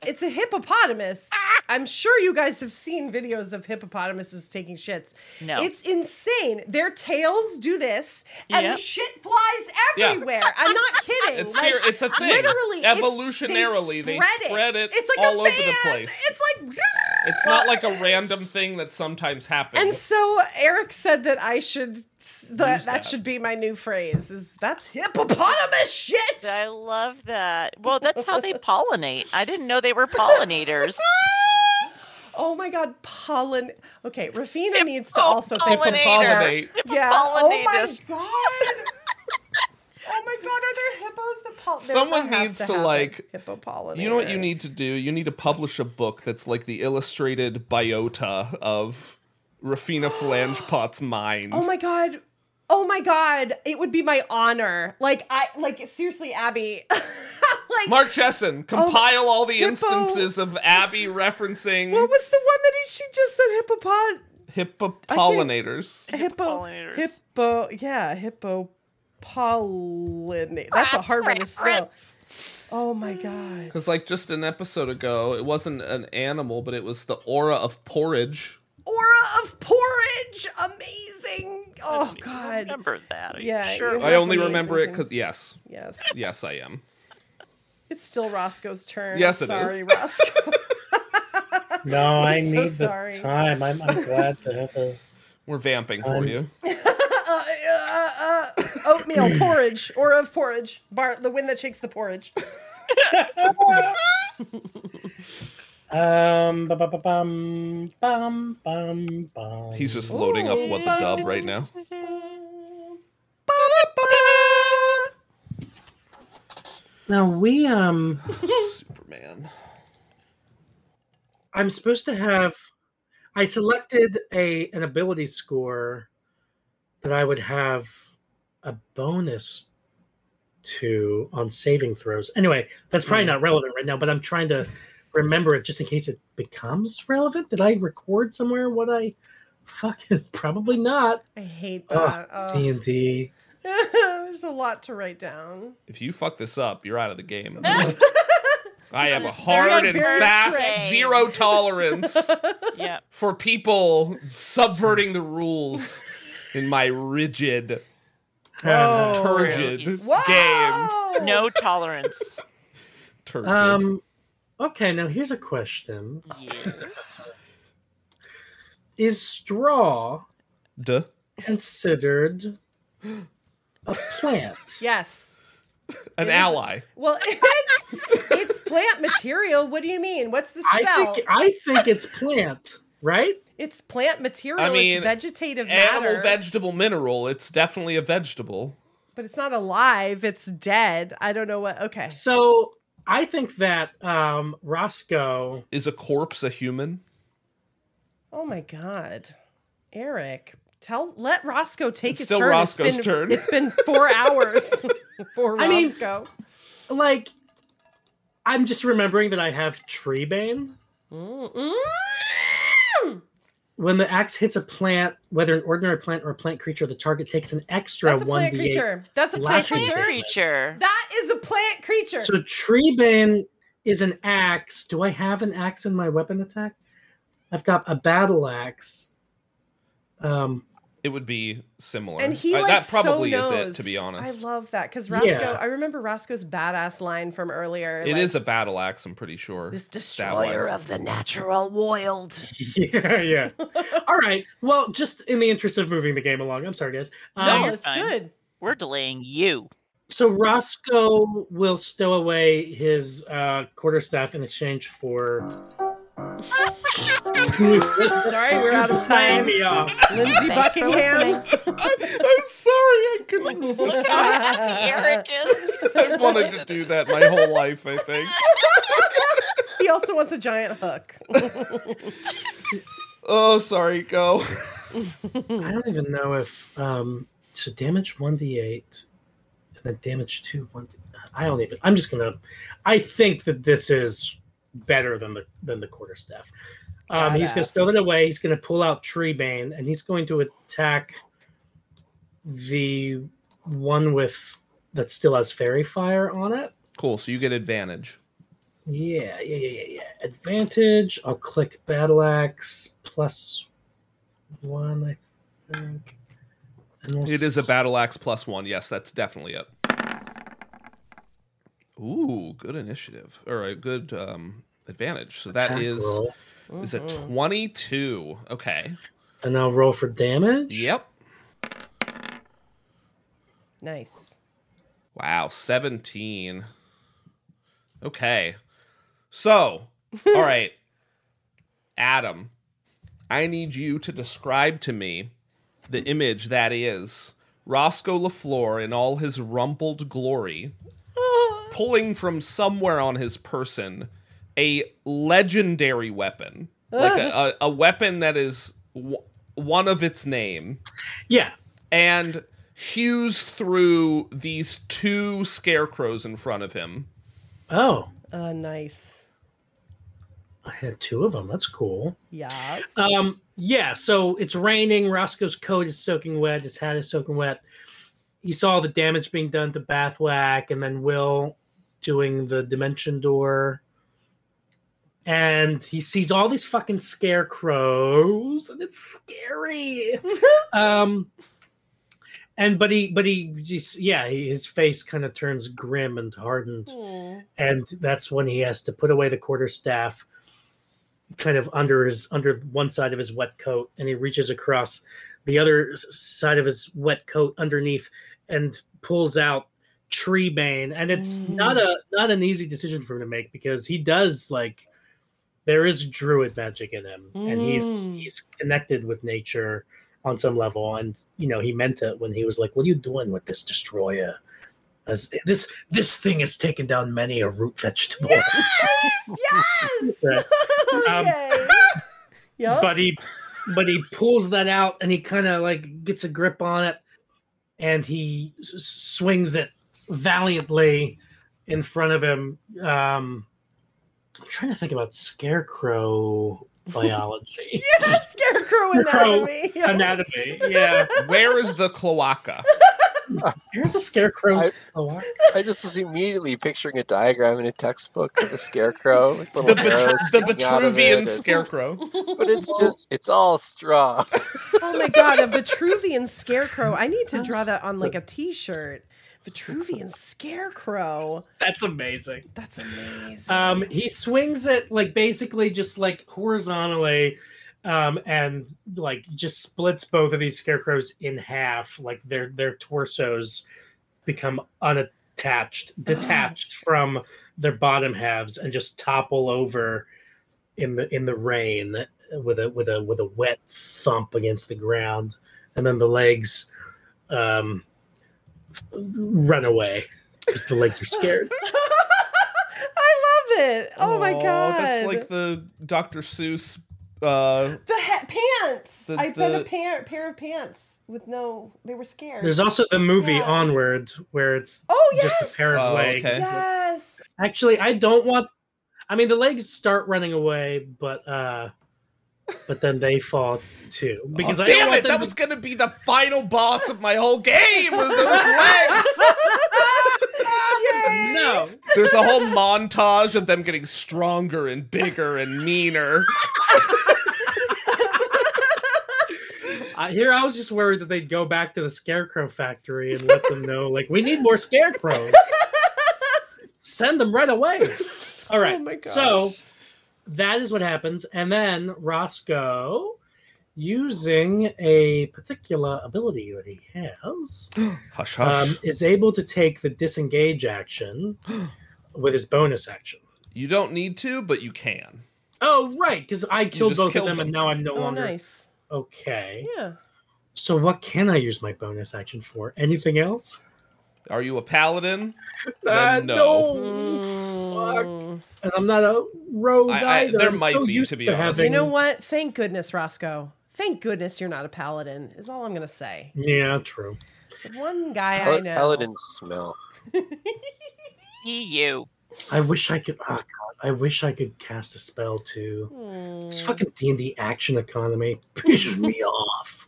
[SPEAKER 9] it's a hippopotamus.
[SPEAKER 7] Ah!
[SPEAKER 9] I'm sure you guys have seen videos of hippopotamuses taking shits.
[SPEAKER 7] No.
[SPEAKER 9] It's insane. Their tails do this, and
[SPEAKER 7] Yep.
[SPEAKER 9] the shit flies
[SPEAKER 8] Yeah.
[SPEAKER 9] everywhere. I'm not kidding.
[SPEAKER 8] It's ser- it's a thing.
[SPEAKER 9] Literally, it's-
[SPEAKER 8] Evolutionarily, they spread it
[SPEAKER 9] It's like
[SPEAKER 8] all
[SPEAKER 9] a
[SPEAKER 8] over the
[SPEAKER 9] fan.
[SPEAKER 8] place.
[SPEAKER 9] It's like.
[SPEAKER 8] It's not like a random thing that sometimes happens.
[SPEAKER 9] And so Eric said that I should that, that
[SPEAKER 8] that.
[SPEAKER 9] should be my new phrase. Is that's hippopotamus shit?
[SPEAKER 7] I love that. Well, that's how they pollinate. I didn't know they were pollinators.
[SPEAKER 9] Oh my god, pollen. Okay, Rafina needs to also think.
[SPEAKER 7] pollinate.
[SPEAKER 8] pollinate.
[SPEAKER 9] Yeah. Oh my
[SPEAKER 7] Pollinatus.
[SPEAKER 9] god. oh my god, are there hippos that pollinate?
[SPEAKER 8] Someone needs to, like-
[SPEAKER 9] hippo pollinate.
[SPEAKER 8] You know what you need to do? You need to publish a book that's like the illustrated biota of Rafina Flangepot's mind.
[SPEAKER 9] Oh my god. Oh my god. It would be my honor. Like I like seriously, Abby.
[SPEAKER 8] Mark Chesson, compile all the
[SPEAKER 9] Oh Hippo.
[SPEAKER 8] instances of Abby referencing
[SPEAKER 9] what was the one that he, she just said hippopod
[SPEAKER 8] hippo pollinators.
[SPEAKER 9] hippo hippo yeah, hippo pollinate. That's a hard one to spell. Oh my god.
[SPEAKER 8] Because like just an episode ago, it wasn't an animal, but it was the aura of porridge.
[SPEAKER 9] Aura of porridge. Amazing. Oh god.
[SPEAKER 7] Remember that? Are you
[SPEAKER 9] Yeah,
[SPEAKER 7] sure?
[SPEAKER 9] it
[SPEAKER 8] I
[SPEAKER 9] was
[SPEAKER 8] only
[SPEAKER 9] amazing
[SPEAKER 8] remember it
[SPEAKER 9] things.
[SPEAKER 8] because yes,
[SPEAKER 9] Yes.
[SPEAKER 8] yes, I am.
[SPEAKER 9] It's still Roscoe's turn.
[SPEAKER 8] Yes, it
[SPEAKER 9] it is. sorry,
[SPEAKER 8] is.
[SPEAKER 9] Roscoe.
[SPEAKER 11] No, I
[SPEAKER 9] I'm so
[SPEAKER 11] need
[SPEAKER 9] sorry.
[SPEAKER 11] the time. I'm, I'm glad to have the.
[SPEAKER 8] We're vamping for
[SPEAKER 11] Time.
[SPEAKER 8] you.
[SPEAKER 9] uh, uh, uh, oatmeal porridge or of porridge. Bar the wind that shakes the porridge.
[SPEAKER 11] Um, ba- ba- ba- bum, bum, bum, bum.
[SPEAKER 8] He's just loading up what the dub right now.
[SPEAKER 11] Now we um.
[SPEAKER 8] Superman.
[SPEAKER 11] I'm supposed to have. I selected a an ability score that I would have a bonus to on saving throws. Anyway, that's probably not relevant right now, but I'm trying to remember it just in case it becomes relevant. Did I record somewhere what I fucking probably not.
[SPEAKER 9] I hate that.
[SPEAKER 11] Oh, D&D.
[SPEAKER 9] There's a lot to write down.
[SPEAKER 8] If you fuck this up, you're out of the game. I have a hard
[SPEAKER 9] very,
[SPEAKER 8] and
[SPEAKER 9] very
[SPEAKER 8] fast
[SPEAKER 9] strict.
[SPEAKER 8] zero tolerance
[SPEAKER 7] Yep.
[SPEAKER 8] for people subverting the rules in my rigid, turgid game.
[SPEAKER 7] No tolerance.
[SPEAKER 8] Turgid.
[SPEAKER 11] Um, okay, now here's a question:
[SPEAKER 7] Yes.
[SPEAKER 11] Is straw
[SPEAKER 8] Duh.
[SPEAKER 11] considered a plant?
[SPEAKER 9] Yes.
[SPEAKER 8] An
[SPEAKER 9] It is-
[SPEAKER 8] ally.
[SPEAKER 9] Well, it's, it's plant material. What do you mean? What's the spell?
[SPEAKER 11] I think I think it's plant, right?
[SPEAKER 9] it's plant material.
[SPEAKER 8] I mean,
[SPEAKER 9] it's vegetative
[SPEAKER 8] Animal,
[SPEAKER 9] matter.
[SPEAKER 8] vegetable, mineral. It's definitely a vegetable.
[SPEAKER 9] but it's not alive. It's dead. I don't know what. Okay.
[SPEAKER 11] So I think that um, Roscoe.
[SPEAKER 8] Is a corpse a human?
[SPEAKER 9] Oh my god, Eric. Tell let Roscoe take
[SPEAKER 8] It's
[SPEAKER 9] his
[SPEAKER 8] still
[SPEAKER 9] turn.
[SPEAKER 8] Roscoe's
[SPEAKER 9] it's been,
[SPEAKER 8] turn.
[SPEAKER 9] It's been four hours for
[SPEAKER 11] I mean-
[SPEAKER 9] Roscoe.
[SPEAKER 11] Like, I'm just remembering that I have Treebane.
[SPEAKER 9] Mm-mm.
[SPEAKER 11] When the axe hits a plant, whether an ordinary plant or a plant creature, the target takes an extra
[SPEAKER 9] That's a
[SPEAKER 11] one
[SPEAKER 9] plant
[SPEAKER 11] d8.
[SPEAKER 9] creature. That's a plant
[SPEAKER 11] slashing
[SPEAKER 9] creature.
[SPEAKER 11] damage.
[SPEAKER 7] Creature.
[SPEAKER 9] That is a plant creature.
[SPEAKER 11] So Treebane is an axe. Do I have an axe in my weapon attack? I've got a battle axe. Um,
[SPEAKER 8] It would be similar.
[SPEAKER 9] and he
[SPEAKER 8] I-
[SPEAKER 9] like
[SPEAKER 8] Uh, that
[SPEAKER 9] so
[SPEAKER 8] probably
[SPEAKER 9] knows.
[SPEAKER 8] is it, to be honest.
[SPEAKER 9] I love that because
[SPEAKER 11] Yeah.
[SPEAKER 9] Roscoe. I remember Roscoe's badass line from earlier.
[SPEAKER 8] It is
[SPEAKER 9] like,
[SPEAKER 8] a battle axe, I'm pretty sure.
[SPEAKER 9] this
[SPEAKER 8] Stat-wise.
[SPEAKER 9] destroyer of the natural world.
[SPEAKER 11] yeah, yeah. All right. Well, just in the interest of moving the game along, I'm sorry, guys. Um,
[SPEAKER 9] no,
[SPEAKER 7] you're
[SPEAKER 9] it's
[SPEAKER 7] fine.
[SPEAKER 9] good.
[SPEAKER 7] We're delaying you.
[SPEAKER 11] So Roscoe will stow away his uh, quarterstaff in exchange for. Hmm.
[SPEAKER 9] Sorry, we're out of
[SPEAKER 11] Paying
[SPEAKER 9] time.
[SPEAKER 11] me off.
[SPEAKER 9] Lindsay
[SPEAKER 5] Thanks for
[SPEAKER 9] Buckingham.
[SPEAKER 5] listening.
[SPEAKER 8] I'm sorry, I couldn't resist.
[SPEAKER 9] Uh,
[SPEAKER 7] Eric is.
[SPEAKER 8] I've wanted to do that my whole life, I think.
[SPEAKER 9] he also wants a giant hook.
[SPEAKER 8] Oh, sorry, go.
[SPEAKER 11] I don't even know if um, so damage one d eight, and then damage two one. D- I don't even. I'm just gonna. I think that this is better than the than the quarterstaff. Um, he's gonna
[SPEAKER 9] Badass.
[SPEAKER 11] stow it away. He's gonna pull out Treebane, and he's going to attack the one with that still has fairy fire on it.
[SPEAKER 8] Cool, so you get advantage.
[SPEAKER 11] Yeah, yeah, yeah, yeah, yeah. Advantage. I'll click battle axe plus one, I think. And we'll
[SPEAKER 8] It is a
[SPEAKER 11] s-
[SPEAKER 8] battle axe plus one. Yes, that's definitely it. Ooh, good initiative or a good um, advantage. So that
[SPEAKER 11] attack
[SPEAKER 8] is
[SPEAKER 11] roll,
[SPEAKER 8] is a twenty-two. Okay.
[SPEAKER 11] and I'll roll for damage.
[SPEAKER 8] Yep.
[SPEAKER 9] Nice.
[SPEAKER 8] Wow, seventeen. Okay. So, all right, Adam, I need you to describe to me the image that is Roscoe LaFleur in all his rumpled glory, pulling from somewhere on his person a legendary weapon, like a, a, a weapon that is w- one of its name.
[SPEAKER 6] Yeah.
[SPEAKER 8] And hews through these two scarecrows in front of him.
[SPEAKER 6] Oh.
[SPEAKER 9] Uh, nice.
[SPEAKER 6] I had two of them. That's cool.
[SPEAKER 9] Yes.
[SPEAKER 6] Um, yeah, so it's raining. Roscoe's coat is soaking wet. His hat is soaking wet. He saw the damage being done to Bathwack and then Will doing the dimension door. And he sees all these fucking scarecrows, and it's scary. um, and but he, but he, just, yeah, he, his face kind of turns grim and hardened, and that's when he has to put away the quarter staff kind of under his under one side of his wet coat and he reaches across the other s- side of his wet coat underneath and pulls out tree bane and it's not a not an easy decision for him to make because he does like there is druid magic in him and he's
[SPEAKER 13] Mm.
[SPEAKER 6] he's connected with nature on some level and you know he meant it when he was like what are you doing with this destroyer As- this this thing has taken down many a root vegetable yes um,
[SPEAKER 9] Yup.
[SPEAKER 6] but he but he pulls that out and he kind of like gets a grip on it and he s- s- swings it valiantly in front of him um i'm trying to think about scarecrow biology
[SPEAKER 9] yeah, scarecrow
[SPEAKER 6] Scarecrow
[SPEAKER 9] anatomy.
[SPEAKER 6] anatomy yeah
[SPEAKER 8] where is the cloaca
[SPEAKER 6] here's a scarecrow
[SPEAKER 4] I,
[SPEAKER 6] cloaca.
[SPEAKER 4] I just was immediately picturing a diagram in a textbook of a scarecrow with
[SPEAKER 8] The,
[SPEAKER 4] little
[SPEAKER 8] Vitru-
[SPEAKER 4] arrows
[SPEAKER 8] the
[SPEAKER 4] sticking out of it,
[SPEAKER 8] Vitruvian
[SPEAKER 4] and-
[SPEAKER 8] scarecrow.
[SPEAKER 4] But it's just it's all straw.
[SPEAKER 9] Oh my god, a Vitruvian scarecrow. I need to draw that on like a t-shirt. Vitruvian scarecrow.
[SPEAKER 6] that's amazing
[SPEAKER 9] That's amazing.
[SPEAKER 6] Um, he swings it like basically just like horizontally, um, and like just splits both of these scarecrows in half. Like their their torsos become unattached, detached from their bottom halves, and just topple over in the in the rain with a with a with a wet thump against the ground, and then the legs um, run away because the legs are scared.
[SPEAKER 9] I love it. Oh, my
[SPEAKER 8] Aw,
[SPEAKER 9] god.
[SPEAKER 8] That's like the Dr. Seuss. Uh,
[SPEAKER 9] the ha- pants.
[SPEAKER 8] The-
[SPEAKER 9] I put a
[SPEAKER 8] the-
[SPEAKER 9] pair pair of pants with no. They were scared.
[SPEAKER 6] There's also the movie
[SPEAKER 9] Yes.
[SPEAKER 6] Onward where it's
[SPEAKER 9] Oh yes.
[SPEAKER 6] just a pair of
[SPEAKER 8] Oh,
[SPEAKER 6] legs.
[SPEAKER 8] okay.
[SPEAKER 9] Yes.
[SPEAKER 6] Actually, I don't want. I mean, the legs start running away, but uh, but then they fall too because
[SPEAKER 8] oh,
[SPEAKER 6] I don't
[SPEAKER 8] damn
[SPEAKER 6] want
[SPEAKER 8] it!
[SPEAKER 6] them
[SPEAKER 8] That
[SPEAKER 6] to-
[SPEAKER 8] was gonna be the final boss of my whole game. Was those legs?
[SPEAKER 9] Yay.
[SPEAKER 6] no.
[SPEAKER 8] There's a whole montage of them getting stronger and bigger and meaner.
[SPEAKER 6] I, here, I was just worried that they'd go back to the scarecrow factory and let them know, like, we need more scarecrows. Send them right away. All right.
[SPEAKER 8] Oh my gosh.
[SPEAKER 6] So that is what happens, and then Roscoe, using a particular ability that he has,
[SPEAKER 8] Hush, hush.
[SPEAKER 6] um, is able to take the disengage action with his bonus action.
[SPEAKER 8] you don't need to, but you can.
[SPEAKER 6] Oh, right, because I killed
[SPEAKER 8] just
[SPEAKER 6] both
[SPEAKER 8] killed
[SPEAKER 6] of them,
[SPEAKER 8] them.
[SPEAKER 6] and now I'm no
[SPEAKER 9] Oh
[SPEAKER 6] longer
[SPEAKER 9] nice.
[SPEAKER 6] okay.
[SPEAKER 9] Yeah.
[SPEAKER 6] So what can I use my bonus action for? Anything else?
[SPEAKER 8] Are you a paladin? Then
[SPEAKER 6] Uh,
[SPEAKER 8] no. Mm.
[SPEAKER 6] Fuck. And I'm not a rogue
[SPEAKER 8] I- I-
[SPEAKER 6] either.
[SPEAKER 8] there
[SPEAKER 6] I'm
[SPEAKER 8] might
[SPEAKER 6] so
[SPEAKER 8] be,
[SPEAKER 6] used
[SPEAKER 8] to be honest.
[SPEAKER 6] having...
[SPEAKER 9] You know what? Thank goodness, Roscoe. Thank goodness you're not a paladin. Is all I'm gonna say.
[SPEAKER 6] Yeah, true.
[SPEAKER 9] The One guy I
[SPEAKER 4] Pal-
[SPEAKER 9] know.
[SPEAKER 4] Paladins smell.
[SPEAKER 7] EU.
[SPEAKER 6] I wish I could. Oh God, I wish I could cast a spell too. This
[SPEAKER 9] Hmm.
[SPEAKER 6] fucking D and D action economy pisses me off.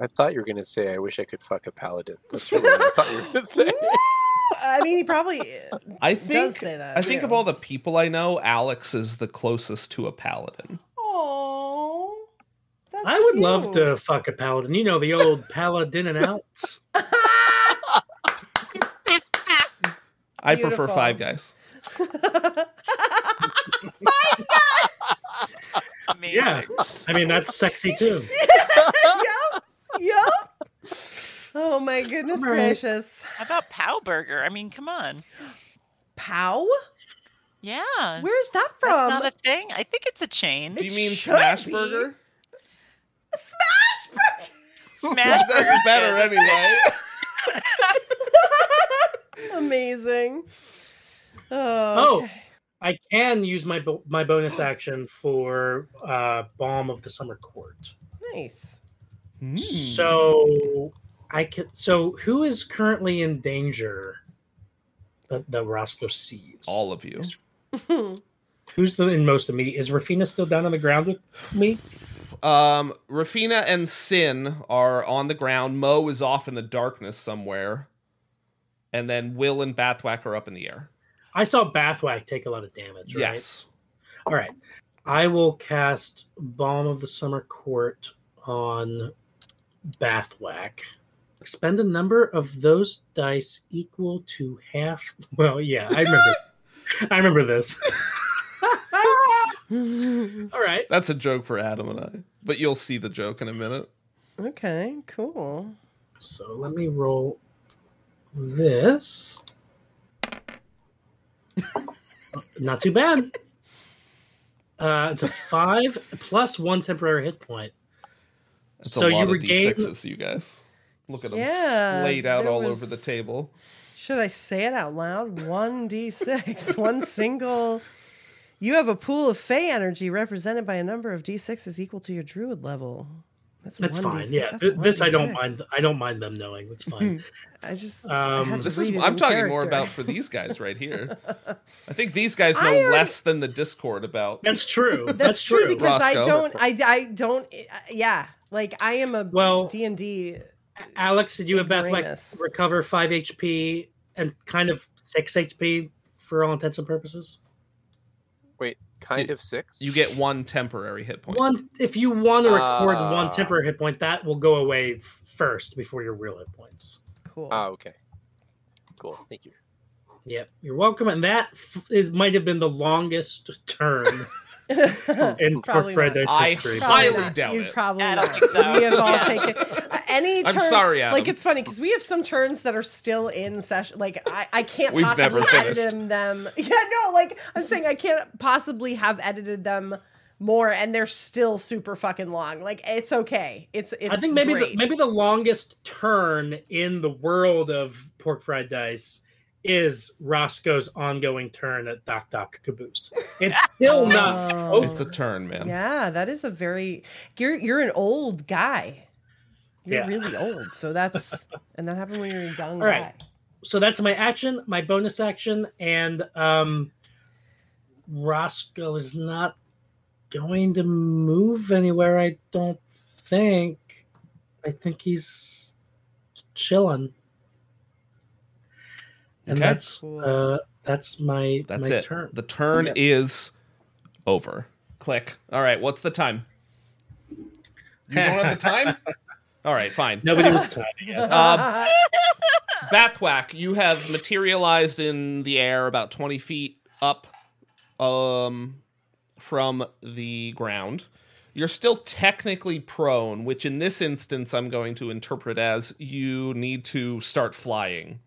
[SPEAKER 4] I thought you were gonna say I wish I could fuck a paladin. That's really what I thought you were gonna say.
[SPEAKER 9] I mean, he probably. uh,
[SPEAKER 8] I think.
[SPEAKER 9] say that,
[SPEAKER 8] I think of
[SPEAKER 9] too.
[SPEAKER 8] all the people I know, Alex is the closest to a paladin.
[SPEAKER 9] Oh.
[SPEAKER 6] I would love to fuck a paladin. You know the old paladin and out.
[SPEAKER 8] I
[SPEAKER 9] Beautiful.
[SPEAKER 8] prefer Five Guys.
[SPEAKER 7] Amazing.
[SPEAKER 6] Yeah, I mean that's sexy too.
[SPEAKER 9] yep. Yep. Oh my goodness
[SPEAKER 6] All right.
[SPEAKER 9] gracious.
[SPEAKER 7] How about Pow Burger? I mean, come on.
[SPEAKER 9] Pow?
[SPEAKER 7] Yeah.
[SPEAKER 9] Where's that from?
[SPEAKER 7] That's not a thing. I think it's a chain.
[SPEAKER 8] Do you mean
[SPEAKER 9] should
[SPEAKER 8] Smashburger?
[SPEAKER 9] Smash Burger.
[SPEAKER 7] Smash Burger's
[SPEAKER 8] That's better
[SPEAKER 7] good.
[SPEAKER 8] anyway.
[SPEAKER 9] Amazing.
[SPEAKER 6] Oh,
[SPEAKER 9] Oh. okay.
[SPEAKER 6] I can use my bo- my bonus action for uh, Balm of the Summer Court.
[SPEAKER 9] Nice.
[SPEAKER 8] Hmm.
[SPEAKER 6] So I can. So who is currently in danger? That, that Roscoe sees.
[SPEAKER 8] All of you.
[SPEAKER 6] Who's the in most of me? Is Rafina still down on the ground with me?
[SPEAKER 8] Um, Rafina and Sin are on the ground. Mo is off in the darkness somewhere, and then Will and Bathwack are up in the air.
[SPEAKER 6] I saw Bathwack take a lot of damage. Right?
[SPEAKER 8] Yes.
[SPEAKER 6] All right. I will cast Balm of the Summer Court on Bathwack. Expend a number of those dice equal to half. Well, yeah, I remember. I remember this. All right.
[SPEAKER 8] That's a joke for Adam and I, but you'll see the joke in a minute.
[SPEAKER 9] Okay, cool.
[SPEAKER 6] So let me roll this. Not too bad. Uh, it's a five plus one temporary hit point.
[SPEAKER 8] That's
[SPEAKER 6] so
[SPEAKER 8] a lot
[SPEAKER 6] you
[SPEAKER 8] of
[SPEAKER 6] regain.
[SPEAKER 8] d6s, you guys. Look at them
[SPEAKER 9] Yeah,
[SPEAKER 8] splayed out
[SPEAKER 9] there
[SPEAKER 8] all
[SPEAKER 9] was-
[SPEAKER 8] over the table.
[SPEAKER 9] Should I say it out loud? 1d6, one single. You have a pool of Fey energy represented by a number of d6s equal to your druid level. That's,
[SPEAKER 6] That's
[SPEAKER 9] 1d6.
[SPEAKER 6] fine. Yeah,
[SPEAKER 9] That's
[SPEAKER 6] Th- this I don't
[SPEAKER 9] 1d6.
[SPEAKER 6] mind. I don't mind them knowing. That's fine.
[SPEAKER 9] I just. I
[SPEAKER 6] Um,
[SPEAKER 9] had to
[SPEAKER 8] This is
[SPEAKER 9] read it
[SPEAKER 8] I'm
[SPEAKER 9] in
[SPEAKER 8] talking more
[SPEAKER 9] character.
[SPEAKER 8] about for these guys right here.
[SPEAKER 6] Uh,
[SPEAKER 8] I think these guys know
[SPEAKER 9] I already-
[SPEAKER 8] less than the Discord about.
[SPEAKER 6] that's true. That's,
[SPEAKER 9] That's true
[SPEAKER 6] true.
[SPEAKER 9] because I
[SPEAKER 8] Roscoe.
[SPEAKER 9] don't. I, I don't. uh, Yeah, like I am a
[SPEAKER 6] Well-
[SPEAKER 9] D and D.
[SPEAKER 6] Alex, did you and Beth like
[SPEAKER 9] Ignoramus.
[SPEAKER 6] recover five HP and kind of six HP for all intents and purposes?
[SPEAKER 4] Wait, kind
[SPEAKER 8] You-
[SPEAKER 4] of six.
[SPEAKER 8] You get one temporary hit point. Uh.
[SPEAKER 6] One, if you want to record
[SPEAKER 4] Ah.
[SPEAKER 6] one temporary hit point, that will go away first before your real hit points.
[SPEAKER 9] Cool.
[SPEAKER 8] Uh,
[SPEAKER 4] Ah, okay. Cool. Thank you.
[SPEAKER 6] Yep, you're welcome. And that f- is might have been the longest turn in Pork
[SPEAKER 9] Probably
[SPEAKER 6] Fried
[SPEAKER 9] not.
[SPEAKER 6] Dice
[SPEAKER 8] I
[SPEAKER 6] history.
[SPEAKER 8] Probably
[SPEAKER 6] but-
[SPEAKER 8] highly doubt
[SPEAKER 9] you
[SPEAKER 8] it.
[SPEAKER 9] Probably
[SPEAKER 7] I don't
[SPEAKER 9] not.
[SPEAKER 7] think so.
[SPEAKER 9] We have all
[SPEAKER 7] Yeah.
[SPEAKER 9] taken uh, any.
[SPEAKER 8] I'm
[SPEAKER 9] Turn,
[SPEAKER 8] sorry, Adam.
[SPEAKER 9] Like it's funny because we have some turns that are still in session. Like I, I can't
[SPEAKER 8] We've
[SPEAKER 9] possibly
[SPEAKER 8] never finished.
[SPEAKER 9] edit them. Yeah, no. Like I'm saying, I can't possibly have edited them more, and they're still super fucking long. Like it's okay. It's. it's
[SPEAKER 6] I think maybe the,
[SPEAKER 9] great.
[SPEAKER 6] maybe the longest turn in the world of pork fried dice is Roscoe's ongoing turn at Doc Doc Caboose. It's still not
[SPEAKER 9] Oh.
[SPEAKER 6] over.
[SPEAKER 8] It's a turn, man.
[SPEAKER 9] Yeah, that is a very you're you're an old guy. You're
[SPEAKER 6] Yeah.
[SPEAKER 9] really old. So that's and that happened when you're a young
[SPEAKER 6] All
[SPEAKER 9] guy.
[SPEAKER 6] right. So that's my action, my bonus action, and um, Roscoe is not going to move anywhere. I don't think. I think he's chilling. And
[SPEAKER 8] Okay.
[SPEAKER 6] that's uh, that's my
[SPEAKER 8] That's
[SPEAKER 6] my
[SPEAKER 8] it.
[SPEAKER 6] turn.
[SPEAKER 8] The turn
[SPEAKER 9] Yep.
[SPEAKER 8] is over. Click. All right, what's the time? You don't have the time? All right, fine.
[SPEAKER 6] Nobody was timing it.
[SPEAKER 8] Uh, Bathwack, you have materialized in the air about 20 feet up um, from the ground. You're still technically prone, which in this instance I'm going to interpret as you need to start flying.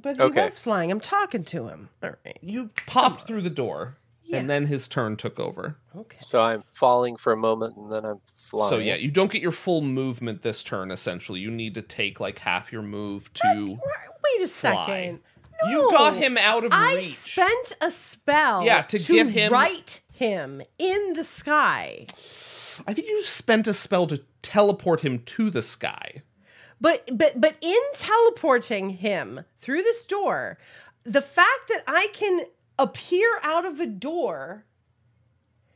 [SPEAKER 9] But he
[SPEAKER 4] Okay.
[SPEAKER 9] was flying. I'm talking to him. All right.
[SPEAKER 8] You popped through the door,
[SPEAKER 9] Yeah.
[SPEAKER 8] and then his turn took over.
[SPEAKER 9] Okay.
[SPEAKER 4] So I'm falling for a moment and then I'm flying.
[SPEAKER 8] So yeah, you don't get your full movement this turn. Essentially, you need to take like half your move to.
[SPEAKER 9] Wait a second.
[SPEAKER 8] You got him out of
[SPEAKER 9] I
[SPEAKER 8] reach.
[SPEAKER 9] spent a spell
[SPEAKER 8] Yeah, to give him-
[SPEAKER 9] right him in the sky.
[SPEAKER 8] I think you spent a spell to teleport him to the sky.
[SPEAKER 9] But but but in teleporting him through this door, the fact that I can appear out of a door,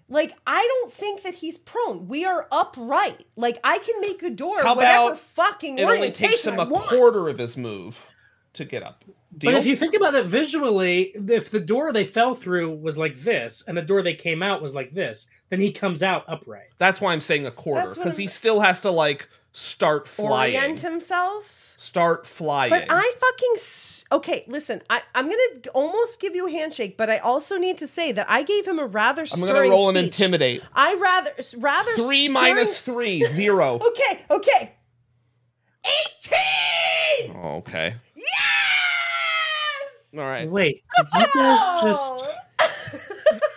[SPEAKER 9] like I don't think that he's prone. We are upright. Like I can make the door
[SPEAKER 8] How
[SPEAKER 9] whatever
[SPEAKER 8] about
[SPEAKER 9] fucking
[SPEAKER 8] It only takes
[SPEAKER 9] orientation
[SPEAKER 8] him
[SPEAKER 9] I
[SPEAKER 8] a
[SPEAKER 9] want.
[SPEAKER 8] quarter of his move to get up. Deal?
[SPEAKER 6] But if you think about it visually, if the door they fell through was like this, and the door they came out was like this, then he comes out upright.
[SPEAKER 8] That's why I'm saying a quarter
[SPEAKER 9] That's what
[SPEAKER 8] because
[SPEAKER 9] I'm
[SPEAKER 8] he
[SPEAKER 9] sa-
[SPEAKER 8] still has to like start flying.
[SPEAKER 9] Orient himself.
[SPEAKER 8] Start flying.
[SPEAKER 9] But I fucking s- okay. Listen, I I'm gonna g- almost give you a handshake, but I also need to say that I gave him a rather.
[SPEAKER 8] I'm gonna
[SPEAKER 9] stirring
[SPEAKER 8] roll an
[SPEAKER 9] speech.
[SPEAKER 8] intimidate.
[SPEAKER 9] I rather s- rather
[SPEAKER 8] Three
[SPEAKER 9] stirring
[SPEAKER 8] minus
[SPEAKER 9] s-
[SPEAKER 8] three, zero.
[SPEAKER 9] Okay, okay. 18!
[SPEAKER 8] okay.
[SPEAKER 9] Yes! Oh.
[SPEAKER 8] All right.
[SPEAKER 6] Wait, did you guys just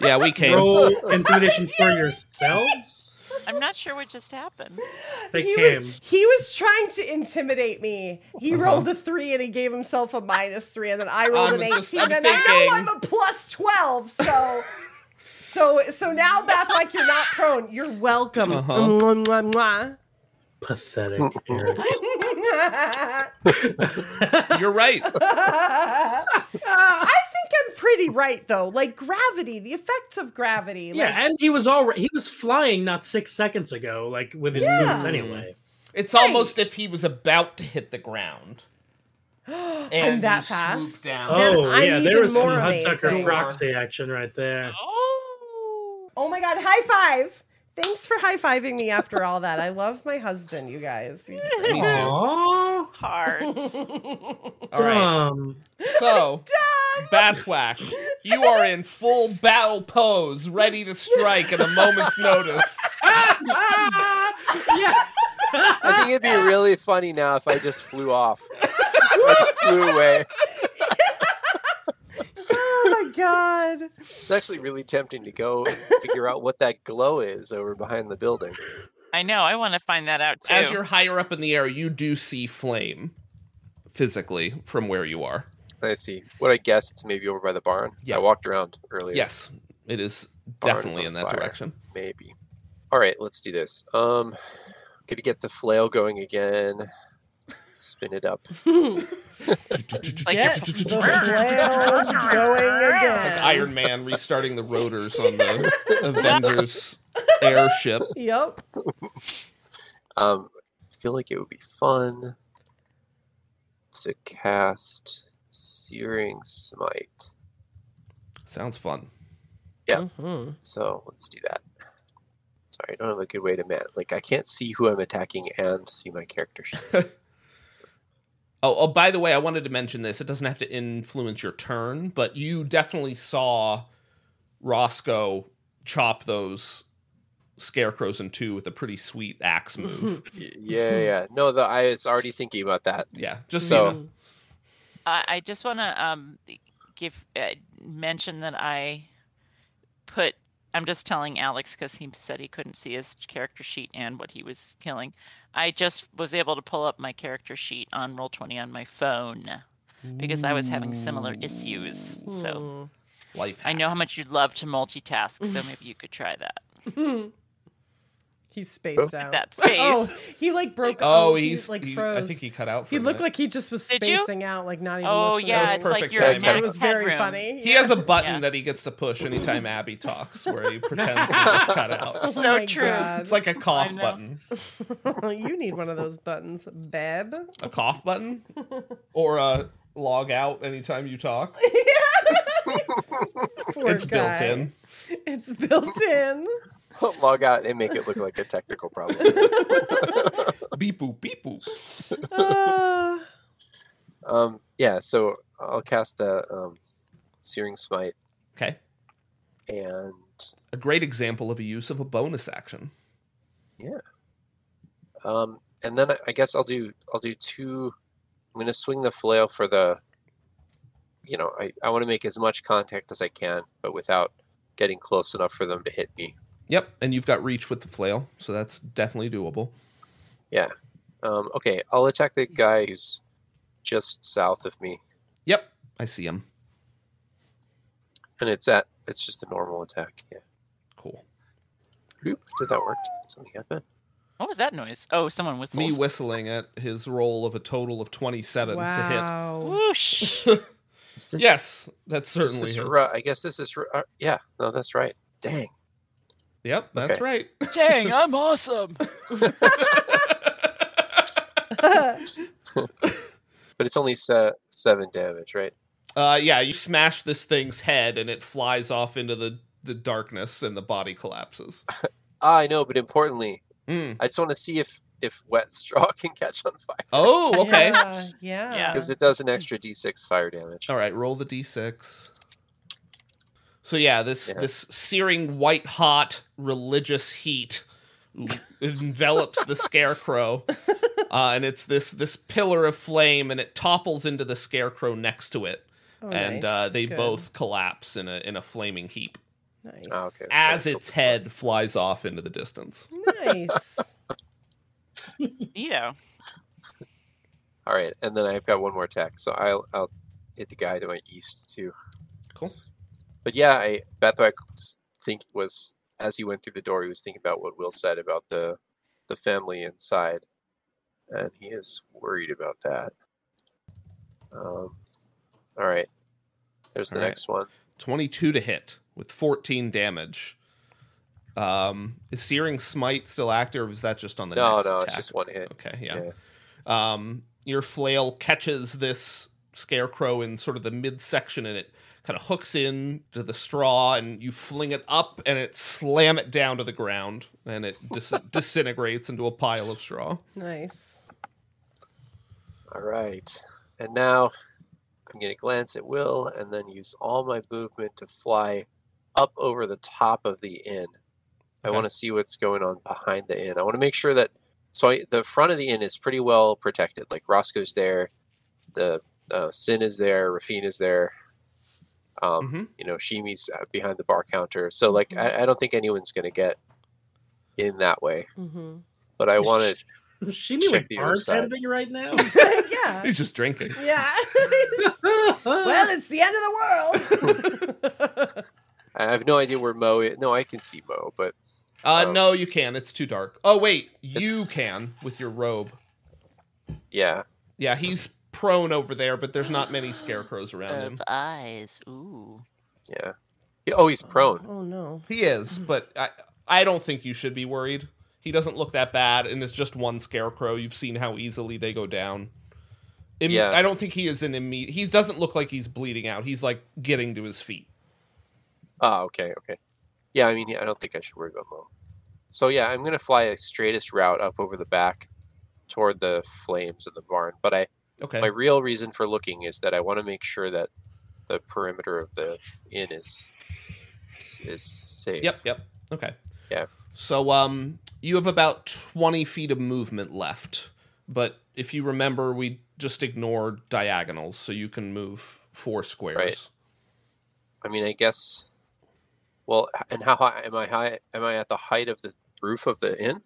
[SPEAKER 8] Yeah, we came.
[SPEAKER 6] roll intimidation for yourselves?
[SPEAKER 7] I'm not sure what just happened.
[SPEAKER 6] They
[SPEAKER 9] he
[SPEAKER 6] came.
[SPEAKER 9] Was, he was trying to intimidate me. He rolled a three and he gave himself a minus three, and then I rolled
[SPEAKER 8] Uh-huh. I'm
[SPEAKER 9] an
[SPEAKER 8] just-
[SPEAKER 9] 18,
[SPEAKER 8] I'm
[SPEAKER 9] and I
[SPEAKER 8] thinking-
[SPEAKER 9] know I'm a plus 12, so. So so now, Bathwack, you're not prone. You're welcome.
[SPEAKER 8] Uh-huh.
[SPEAKER 9] Mwah, mwah, mwah.
[SPEAKER 6] Pathetic, Eric.
[SPEAKER 8] You're right.
[SPEAKER 9] I think I'm pretty right though. Like gravity, the effects of gravity.
[SPEAKER 11] Yeah,
[SPEAKER 9] like,
[SPEAKER 11] and he was already he was flying not six seconds ago, like with his
[SPEAKER 9] Yeah.
[SPEAKER 11] boots anyway.
[SPEAKER 8] It's almost if he was about to hit the ground.
[SPEAKER 9] and,
[SPEAKER 8] And
[SPEAKER 9] that
[SPEAKER 8] swoop
[SPEAKER 9] fast.
[SPEAKER 8] down.
[SPEAKER 9] Then
[SPEAKER 11] Oh
[SPEAKER 9] I'm
[SPEAKER 11] yeah, there
[SPEAKER 9] even
[SPEAKER 11] was some
[SPEAKER 9] more
[SPEAKER 11] Hudsucker
[SPEAKER 9] amazing.
[SPEAKER 11] Proxy action right there.
[SPEAKER 9] Oh my god, high five! Thanks for high fiving me after all that. I love my husband, you guys. He's great.
[SPEAKER 11] Aww.
[SPEAKER 7] Hard.
[SPEAKER 8] All right.
[SPEAKER 11] Um,
[SPEAKER 8] So, Batwhack, you are in full battle pose, ready to strike at a moment's notice.
[SPEAKER 4] I think it'd be really funny now if I just flew off. I just flew away.
[SPEAKER 9] oh my god.
[SPEAKER 4] It's actually really tempting to go figure out what that glow is over behind the building.
[SPEAKER 7] I know. I want to find that out too.
[SPEAKER 8] As you're higher up in the air, you do see flame physically from where you are.
[SPEAKER 4] I see. What I guess it's maybe over by the barn.
[SPEAKER 8] Yeah.
[SPEAKER 4] I walked around earlier.
[SPEAKER 8] Yes, it is
[SPEAKER 4] Barn is
[SPEAKER 8] definitely
[SPEAKER 4] on
[SPEAKER 8] in that
[SPEAKER 4] fire.
[SPEAKER 8] direction.
[SPEAKER 4] Maybe. All right, let's do this. Um, gonna get the flail going again. Spin it up.
[SPEAKER 7] Like-
[SPEAKER 9] Get the whale going again.
[SPEAKER 8] Like Iron Man restarting the rotors on the Avengers airship.
[SPEAKER 9] Yep.
[SPEAKER 4] Um, I feel like it would be fun to cast Searing Smite.
[SPEAKER 8] Sounds fun.
[SPEAKER 4] So let's do that. Sorry, I don't have a good way to man. Like I can't see who I'm attacking and see my character sheet.
[SPEAKER 8] Oh, oh, by the way, I wanted to mention this. It doesn't have to influence your turn, but you definitely saw Roscoe chop those scarecrows in two with a pretty sweet axe move.
[SPEAKER 4] Y- yeah, yeah, yeah. No, the I was already thinking about that.
[SPEAKER 8] yeah, just so. You
[SPEAKER 4] So-
[SPEAKER 8] know.
[SPEAKER 7] I, I just want to um, give uh, mention that I put. I'm just telling Alex because he said he couldn't see his character sheet and what he was killing. I just was able to pull up my character sheet on Roll20 on my phone because I was having similar issues. So
[SPEAKER 8] Life.
[SPEAKER 7] I know how much you'd love to multitask, so maybe you could try that.
[SPEAKER 9] He's spaced out.
[SPEAKER 7] That face.
[SPEAKER 9] Oh, he like broke.
[SPEAKER 8] Oh,
[SPEAKER 9] he,
[SPEAKER 8] he's
[SPEAKER 9] like
[SPEAKER 8] he-
[SPEAKER 9] froze.
[SPEAKER 8] I think he cut out. For
[SPEAKER 9] He
[SPEAKER 8] a
[SPEAKER 9] looked
[SPEAKER 8] minute.
[SPEAKER 9] like he just was
[SPEAKER 7] Did you?
[SPEAKER 9] spacing out, like not even.
[SPEAKER 7] Oh
[SPEAKER 9] listening.
[SPEAKER 7] yeah,
[SPEAKER 8] was
[SPEAKER 7] it's like
[SPEAKER 8] perfect
[SPEAKER 7] you're at
[SPEAKER 4] timing.
[SPEAKER 9] That
[SPEAKER 7] max
[SPEAKER 9] was very
[SPEAKER 7] headroom.
[SPEAKER 9] funny.
[SPEAKER 8] he has a button
[SPEAKER 7] Yeah.
[SPEAKER 8] that he gets to push anytime Abby talks, where he pretends he just cut out.
[SPEAKER 9] Oh
[SPEAKER 7] So
[SPEAKER 9] my
[SPEAKER 7] true.
[SPEAKER 9] God.
[SPEAKER 8] It's like a
[SPEAKER 7] I
[SPEAKER 8] cough
[SPEAKER 7] know.
[SPEAKER 8] button.
[SPEAKER 9] you need one of those buttons, babe.
[SPEAKER 8] A cough button, or a log out anytime you talk.
[SPEAKER 9] Poor
[SPEAKER 8] it's built
[SPEAKER 9] guy.
[SPEAKER 8] in.
[SPEAKER 9] It's built in.
[SPEAKER 4] Log out and make it look like a technical problem.
[SPEAKER 8] Beep boop beep boop.
[SPEAKER 9] Uh,
[SPEAKER 4] um, yeah. So I'll cast the um, Searing Smite
[SPEAKER 8] Okay.
[SPEAKER 4] and
[SPEAKER 8] a great example of a use of a bonus action.
[SPEAKER 4] um, and then I, I guess I'll do I'll do two. I'm gonna swing the flail for the. You know, I, I want to make as much contact as I can, but without getting close enough for them to hit me.
[SPEAKER 8] Yep, and you've got reach with the flail, so that's definitely doable.
[SPEAKER 4] Yeah. Um, okay, I'll attack the guy who's just south of me,
[SPEAKER 8] Yep, I see him.
[SPEAKER 4] and it's at it's just a normal attack. Yeah.
[SPEAKER 8] Cool.
[SPEAKER 4] Oop, did that work? Did Something happen.
[SPEAKER 7] What was that noise? Oh, someone whistled.
[SPEAKER 8] Me whistling at his roll of a total of 27 to
[SPEAKER 9] wow.
[SPEAKER 7] Whoosh.
[SPEAKER 4] Is
[SPEAKER 8] hit.
[SPEAKER 4] this-
[SPEAKER 8] Yes, that
[SPEAKER 4] this
[SPEAKER 8] certainly
[SPEAKER 4] is
[SPEAKER 8] hits.
[SPEAKER 4] ru- I guess this is. ru- uh, yeah. No, that's right. Dang.
[SPEAKER 8] Yep, that's
[SPEAKER 4] Okay.
[SPEAKER 8] right.
[SPEAKER 7] Dang, I'm awesome.
[SPEAKER 4] But it's only se- seven damage, right?
[SPEAKER 8] Uh, yeah, you smash this thing's head and it flies off into the, the darkness and the body collapses.
[SPEAKER 4] Ah, I know, but importantly,
[SPEAKER 8] Mm.
[SPEAKER 4] I just want to see if if wet straw can catch on fire
[SPEAKER 8] Oh, okay.
[SPEAKER 9] Yeah. yeah.
[SPEAKER 7] Yeah.
[SPEAKER 4] because it does an extra d6 fire damage.
[SPEAKER 8] Uh, All right, roll the d6. So yeah, this
[SPEAKER 4] Yeah.
[SPEAKER 8] this searing white hot religious heat envelops the scarecrow, uh, and it's this this pillar of flame, and it topples into the scarecrow next to it,
[SPEAKER 9] Oh,
[SPEAKER 8] and uh,
[SPEAKER 9] nice.
[SPEAKER 8] they
[SPEAKER 9] Good.
[SPEAKER 8] both collapse in a in a flaming heap
[SPEAKER 9] Nice.
[SPEAKER 4] Ah, okay. so
[SPEAKER 8] as
[SPEAKER 4] it's
[SPEAKER 8] its head flies off into the distance.
[SPEAKER 9] Nice.
[SPEAKER 7] Neato.
[SPEAKER 4] All right, and then I've got one more attack, so I'll I'll hit the guy to my east too.
[SPEAKER 8] Cool.
[SPEAKER 4] But yeah, I Bathwack think was as he went through the door, he was thinking about what Will said about the the family inside, and he is worried about that. Um, all right, there's the
[SPEAKER 8] All right.
[SPEAKER 4] next one.
[SPEAKER 8] 22 to hit with 14 damage. Um, is Searing Smite still active, or is that just on the
[SPEAKER 4] No,
[SPEAKER 8] next
[SPEAKER 4] no, it's
[SPEAKER 8] attack?
[SPEAKER 4] just one hit.
[SPEAKER 8] Okay, yeah. Um, your flail catches this scarecrow in sort of the midsection, and it kind of hooks in to the straw, and you fling it up, and it slam it down to the ground, and it dis- disintegrates into a pile of straw.
[SPEAKER 9] Nice.
[SPEAKER 4] All right, and now I'm going to glance at Will and then use all my movement to fly up over the top of the inn. I
[SPEAKER 8] Okay.
[SPEAKER 4] want to see what's going on behind the inn. I want to make sure that so I, the front of the inn is pretty well protected. Like Roscoe's there, the uh, Sin is there, Rafina's there. Um, You know, Shimi's uh, behind the bar counter. So like, I, I don't think anyone's going to get in that way.
[SPEAKER 9] Mm-hmm.
[SPEAKER 4] But I want to.
[SPEAKER 11] She
[SPEAKER 4] Check
[SPEAKER 11] knew what
[SPEAKER 4] the other
[SPEAKER 11] bars
[SPEAKER 4] side.
[SPEAKER 11] head of it right now.
[SPEAKER 9] yeah.
[SPEAKER 8] He's just drinking.
[SPEAKER 9] Yeah. well, it's the end of the world.
[SPEAKER 4] I have no idea where Mo is. No, I can see Mo, but
[SPEAKER 8] Uh,
[SPEAKER 4] um,
[SPEAKER 8] no, you can. It's too dark. Oh wait, you can with your robe.
[SPEAKER 4] yeah.
[SPEAKER 8] Yeah, he's prone over there, but there's not many scarecrows around him.
[SPEAKER 7] eyes. Ooh.
[SPEAKER 4] Yeah. Yeah, Oh, he's prone.
[SPEAKER 9] Oh no.
[SPEAKER 8] He is, but I I don't think you should be worried. He doesn't look that bad, and it's just one scarecrow. You've seen how easily they go down. Im-
[SPEAKER 4] Yeah.
[SPEAKER 8] I don't think he is an immediate. He doesn't look like he's bleeding out. He's like getting to his feet.
[SPEAKER 4] Oh, okay, okay. Yeah, I mean, I don't think I should worry about Mo. So yeah, I'm gonna fly a straightest route up over the back toward the flames of the barn. But I,
[SPEAKER 8] Okay.
[SPEAKER 4] my real reason for looking is that I want to make sure that the perimeter of the inn is is safe.
[SPEAKER 8] Yep. Yep. Okay.
[SPEAKER 4] Yeah.
[SPEAKER 8] So um, you have about twenty feet of movement left, but if you remember, we just ignored diagonals, so you can move four squares.
[SPEAKER 4] Right. I mean, I guess. Well, h- and how high am I? High am I at the height of the roof of the inn?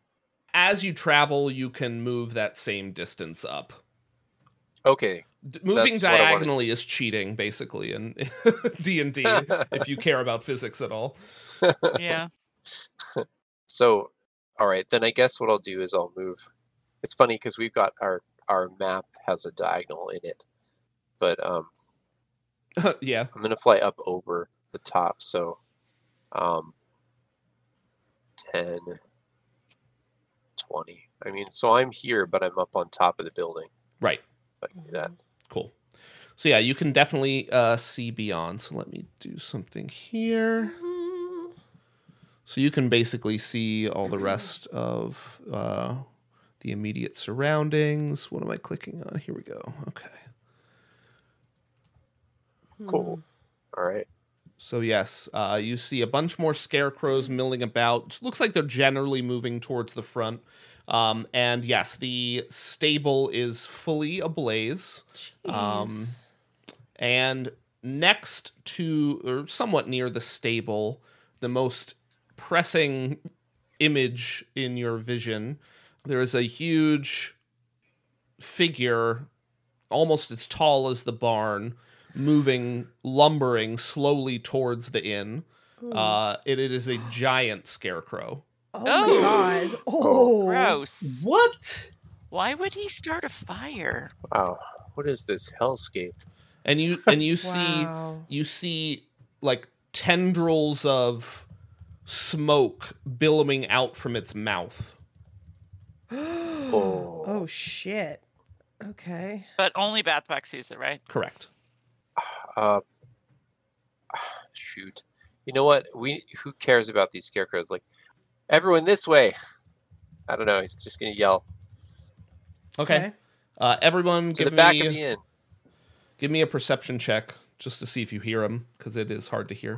[SPEAKER 8] As you travel, you can move that same distance up.
[SPEAKER 4] Okay,
[SPEAKER 8] D- moving
[SPEAKER 4] That's what I wanted.
[SPEAKER 8] diagonally is cheating basically in d&d if you care about physics at all
[SPEAKER 7] Yeah.
[SPEAKER 4] So, all right, then I guess what I'll do is I'll move. It's funny because we've got our our map has a diagonal in it, but um,
[SPEAKER 8] yeah
[SPEAKER 4] I'm gonna fly up over the top. So, um, 10, 20. I mean, so I'm here, but I'm up on top of the building.
[SPEAKER 8] right
[SPEAKER 4] Like that.
[SPEAKER 8] cool so yeah you can definitely uh, see beyond so let me do something here so you can basically see all the rest of uh, the immediate surroundings what am i clicking on here we go okay
[SPEAKER 4] Cool. All right.
[SPEAKER 8] So yes, uh, you see a bunch more scarecrows milling about. Looks like they're generally moving towards the front. Um, and yes, the stable is fully ablaze. Um, and next to, or somewhat near the stable, the most pressing image in your vision, there is a huge figure, almost as tall as the barn, moving, lumbering slowly towards the inn.
[SPEAKER 9] Mm.
[SPEAKER 8] Uh, it- it is a giant scarecrow.
[SPEAKER 9] Oh,
[SPEAKER 7] Oh.
[SPEAKER 9] my god. Oh.
[SPEAKER 7] Gross.
[SPEAKER 11] what?
[SPEAKER 7] Why would he start a fire?
[SPEAKER 4] Wow. What is this hellscape?
[SPEAKER 8] and you and you see
[SPEAKER 9] Wow.
[SPEAKER 8] you see like tendrils of smoke billowing out from its mouth.
[SPEAKER 4] Oh.
[SPEAKER 9] Oh shit. Okay.
[SPEAKER 7] But only Bathwax sees it, right?
[SPEAKER 8] Correct.
[SPEAKER 4] Uh, shoot. You know what? We who cares about these scarecrows? Like everyone this way. I don't know. He's just gonna yell
[SPEAKER 8] Okay. Uh, everyone,
[SPEAKER 4] to
[SPEAKER 8] give
[SPEAKER 4] the back
[SPEAKER 8] me
[SPEAKER 4] of the inn.
[SPEAKER 8] give me a perception check just to see if you hear him because it is hard to hear.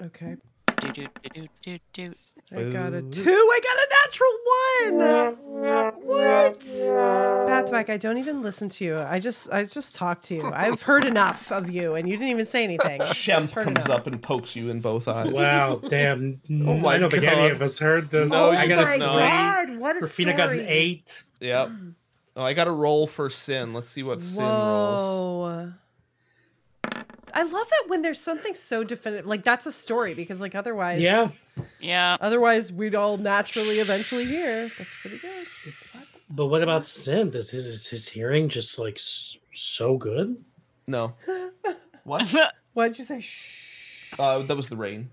[SPEAKER 9] Okay.
[SPEAKER 7] Doot, doot, doot, doot, doot, doot.
[SPEAKER 9] I got a
[SPEAKER 8] Boo.
[SPEAKER 9] two. I got a natural one. What? Pathwack, I don't even listen to you. I just I just talked to you. I've heard enough of you and you didn't even say anything.
[SPEAKER 8] Shem
[SPEAKER 9] Just heard
[SPEAKER 8] comes
[SPEAKER 9] enough.
[SPEAKER 8] up and pokes you in both eyes.
[SPEAKER 11] Wow, damn.
[SPEAKER 8] Oh my
[SPEAKER 11] I don't think any
[SPEAKER 8] God.
[SPEAKER 11] of us heard this.
[SPEAKER 8] No,
[SPEAKER 11] I
[SPEAKER 8] you
[SPEAKER 11] got
[SPEAKER 8] don't
[SPEAKER 9] Oh my
[SPEAKER 11] a
[SPEAKER 8] know.
[SPEAKER 11] three.
[SPEAKER 9] god, what a
[SPEAKER 11] Rafina got an
[SPEAKER 9] story.
[SPEAKER 11] eight.
[SPEAKER 8] Yep. Oh, I got a roll for sin. Let's see what sin rolls.
[SPEAKER 9] Whoa. I love that when there's something so definitive, like that's a story because like otherwise,
[SPEAKER 11] Yeah.
[SPEAKER 7] Yeah.
[SPEAKER 9] Otherwise, we'd all naturally eventually hear. That's pretty good.
[SPEAKER 11] But what about Sin? Does his is his hearing just like s- so good?
[SPEAKER 8] No. What?
[SPEAKER 9] Why'd you say? Shh.
[SPEAKER 8] Uh, that was the rain.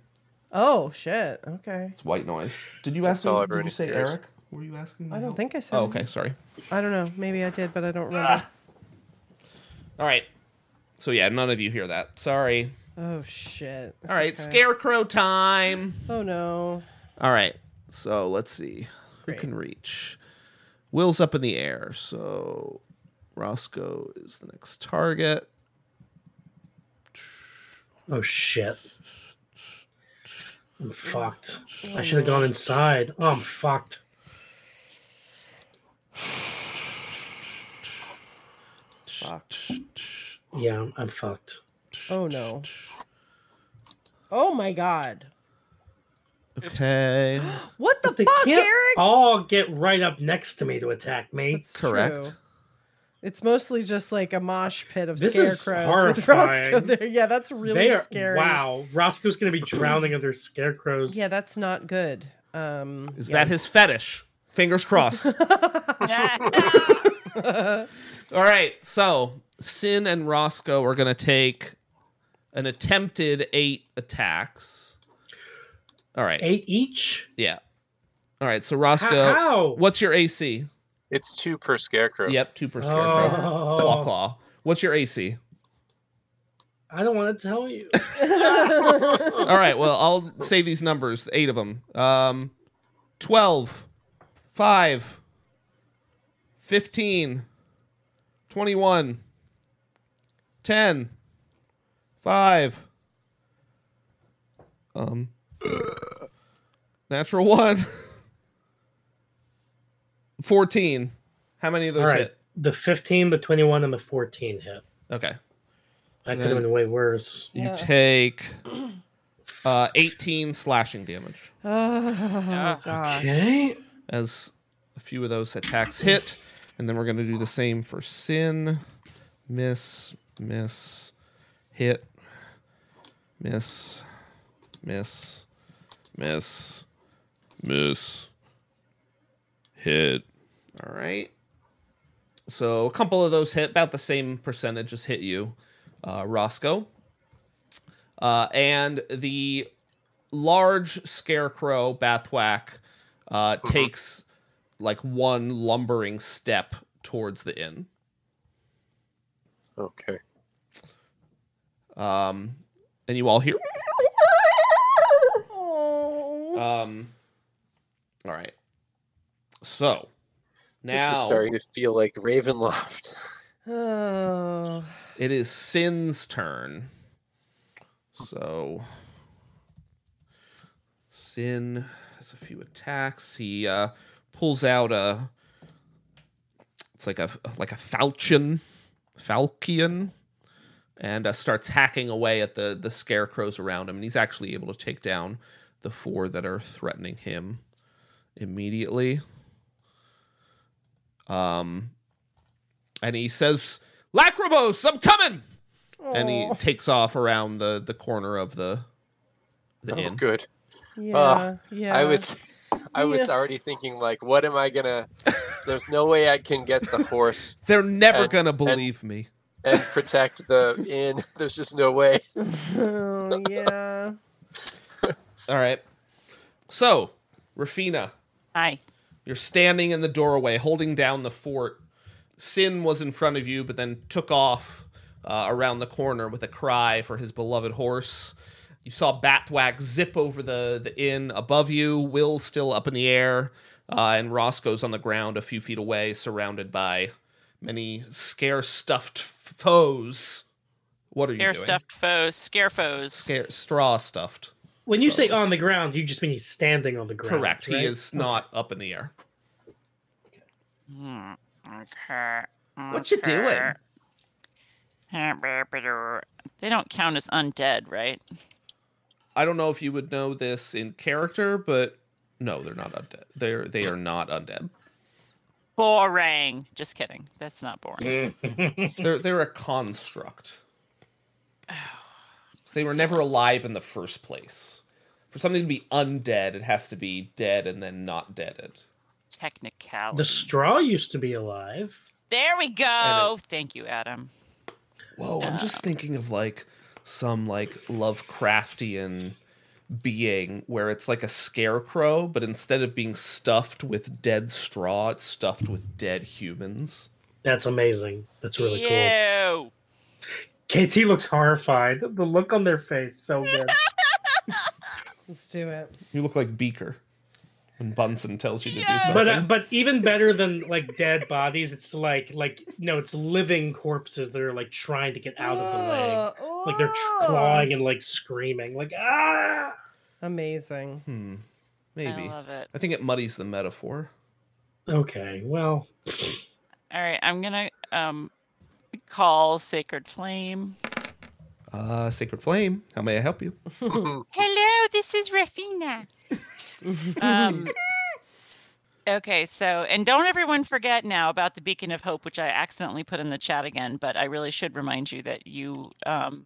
[SPEAKER 9] Oh shit. Okay.
[SPEAKER 8] It's white noise. Did you ask?
[SPEAKER 9] all
[SPEAKER 8] me- Did
[SPEAKER 9] everyone
[SPEAKER 8] you say
[SPEAKER 9] hears.
[SPEAKER 8] Eric? Were you asking?
[SPEAKER 9] I don't think I said.
[SPEAKER 8] Oh, okay. Sorry.
[SPEAKER 9] I don't know. Maybe I did, but I don't remember.
[SPEAKER 8] Ah. All right. So yeah, none of you hear that. Sorry.
[SPEAKER 9] Oh shit.
[SPEAKER 8] All right, scarecrow time.
[SPEAKER 9] Oh no.
[SPEAKER 8] All right. So let's see who can reach. Will's up in the air, so Roscoe is the next target.
[SPEAKER 11] Oh shit. I'm fucked. I should have gone inside. Oh, I'm fucked.
[SPEAKER 9] Fucked.
[SPEAKER 11] Yeah, I'm- I'm fucked.
[SPEAKER 9] Oh no. Oh my god.
[SPEAKER 8] Okay.
[SPEAKER 9] What the
[SPEAKER 11] They
[SPEAKER 9] fuck,
[SPEAKER 11] can't
[SPEAKER 9] Eric?
[SPEAKER 11] all get right up next to me to attack me.
[SPEAKER 9] True. It's mostly just like a mosh pit of
[SPEAKER 11] This is
[SPEAKER 9] scarecrows with Roscoe
[SPEAKER 11] horrifying.
[SPEAKER 9] there. Yeah, that's really
[SPEAKER 11] they are
[SPEAKER 9] scary.
[SPEAKER 11] wow. Roscoe's gonna be drowning under scarecrows.
[SPEAKER 9] Yeah, that's not good. Um
[SPEAKER 8] Is
[SPEAKER 9] yeah.
[SPEAKER 8] that his fetish? Fingers crossed.
[SPEAKER 7] Oh,
[SPEAKER 8] All right. So Sin and Roscoe are going to take an attempted eight attacks. All right.
[SPEAKER 11] Eight each?
[SPEAKER 8] Yeah. All right. So Roscoe,
[SPEAKER 11] How?
[SPEAKER 8] what's your AC?
[SPEAKER 4] It's two per scarecrow.
[SPEAKER 8] Yep, two per scarecrow.
[SPEAKER 11] Oh.
[SPEAKER 8] Claw claw. What's your AC?
[SPEAKER 11] I don't want to tell you.
[SPEAKER 8] All right. Well, I'll say these numbers, eight of them. Um, 12, 5, 15, 21, 10, 5. Um, natural 1. 14. How many of
[SPEAKER 11] All
[SPEAKER 8] those
[SPEAKER 11] right.
[SPEAKER 8] hit?
[SPEAKER 11] The 15, the 21, and the 14 hit.
[SPEAKER 8] Okay.
[SPEAKER 11] That
[SPEAKER 8] And
[SPEAKER 11] could have
[SPEAKER 8] then
[SPEAKER 11] been way worse.
[SPEAKER 8] You take uh, 18 slashing damage.
[SPEAKER 9] Oh, gosh.
[SPEAKER 11] Okay.
[SPEAKER 8] as a few of those attacks hit. And then we're going to do the same for Sin. Miss, miss, hit, miss, miss, miss, miss, hit. All right. So a couple of those hit, about the same percentage as hit you, uh, Roscoe. Uh, and the large scarecrow Bathwack uh, takes like one lumbering step towards the inn.
[SPEAKER 4] Okay.
[SPEAKER 8] Um, and you all hear.
[SPEAKER 9] Oh.
[SPEAKER 8] Um, all right. So now
[SPEAKER 4] This is starting to feel like Ravenloft.
[SPEAKER 9] Oh.
[SPEAKER 8] it is Sin's turn. So Sin has a few attacks. He uh, pulls out a it's like a like a falchion, falchion, and uh, starts hacking away at the the scarecrows around him. And he's actually able to take down the four that are threatening him immediately. Um, and he says, "Lacrimose, I'm coming!" And he
[SPEAKER 4] Aw.
[SPEAKER 9] Oh,
[SPEAKER 8] takes off around the the corner of the the
[SPEAKER 4] Oh,
[SPEAKER 8] inn.
[SPEAKER 4] good.
[SPEAKER 9] Yeah, yeah.
[SPEAKER 4] I was, I was already thinking like, what am I gonna? There's no way I can get the horse.
[SPEAKER 8] They're never
[SPEAKER 4] and-
[SPEAKER 8] gonna
[SPEAKER 4] and-
[SPEAKER 8] believe me.
[SPEAKER 4] and protect the inn. There's just no way.
[SPEAKER 9] Oh yeah.
[SPEAKER 8] All right. So, Rafina.
[SPEAKER 7] Hi.
[SPEAKER 8] You're standing in the doorway, holding down the fort. Sin was in front of you, but then took off uh, around the corner with a cry for his beloved horse. You saw Batwack zip over the, the inn above you, Will still up in the air, uh, and Roscoe's on the ground a few feet away, surrounded by many scare stuffed foes. What are you
[SPEAKER 7] Scare
[SPEAKER 8] doing?
[SPEAKER 7] stuffed foes. Scare foes.
[SPEAKER 8] Scare, straw stuffed.
[SPEAKER 11] When you say on the ground, you just mean he's standing on the ground.
[SPEAKER 8] Correct.
[SPEAKER 11] right?
[SPEAKER 8] He is not up in the air.
[SPEAKER 7] Hmm, Okay.
[SPEAKER 8] What you
[SPEAKER 7] okay. They don't count as undead, right?
[SPEAKER 8] I don't know if you would know this in character, but no, they're not undead. They're they are not undead.
[SPEAKER 7] Boring. Just kidding. That's not boring.
[SPEAKER 8] they're they're a construct. So they were never alive in the first place. for something to be undead, it has to be dead and then not deaded.
[SPEAKER 7] Technicality.
[SPEAKER 11] The straw used to be alive.
[SPEAKER 7] There we go. Thank you, Adam.
[SPEAKER 8] Whoa, I'm just thinking of like some like Lovecraftian being where it's like a scarecrow, but instead of being stuffed with dead straw, it's stuffed with dead humans.
[SPEAKER 11] That's amazing. That's really
[SPEAKER 7] cool.
[SPEAKER 11] Katie looks horrified. The look on their face so good.
[SPEAKER 9] Let's do it.
[SPEAKER 8] You look like Beaker when Bunsen tells you to do something.
[SPEAKER 11] but uh, but even better than like dead bodies, it's like like no, it's living corpses that are like trying to get out of the leg,
[SPEAKER 9] Oh.
[SPEAKER 11] like they're tr- clawing and like screaming, like ah.
[SPEAKER 9] Amazing.
[SPEAKER 8] Hmm. Maybe.
[SPEAKER 7] I love it.
[SPEAKER 8] I think it muddies the metaphor.
[SPEAKER 11] Okay, well,
[SPEAKER 7] All right, I'm gonna um call Sacred Flame.
[SPEAKER 8] Uh, Sacred Flame, how may I help you?
[SPEAKER 7] Hello, this is Rafina. um, okay, so and don't everyone forget now about the Beacon of Hope, which I accidentally put in the chat again, but I really should remind you that you, um,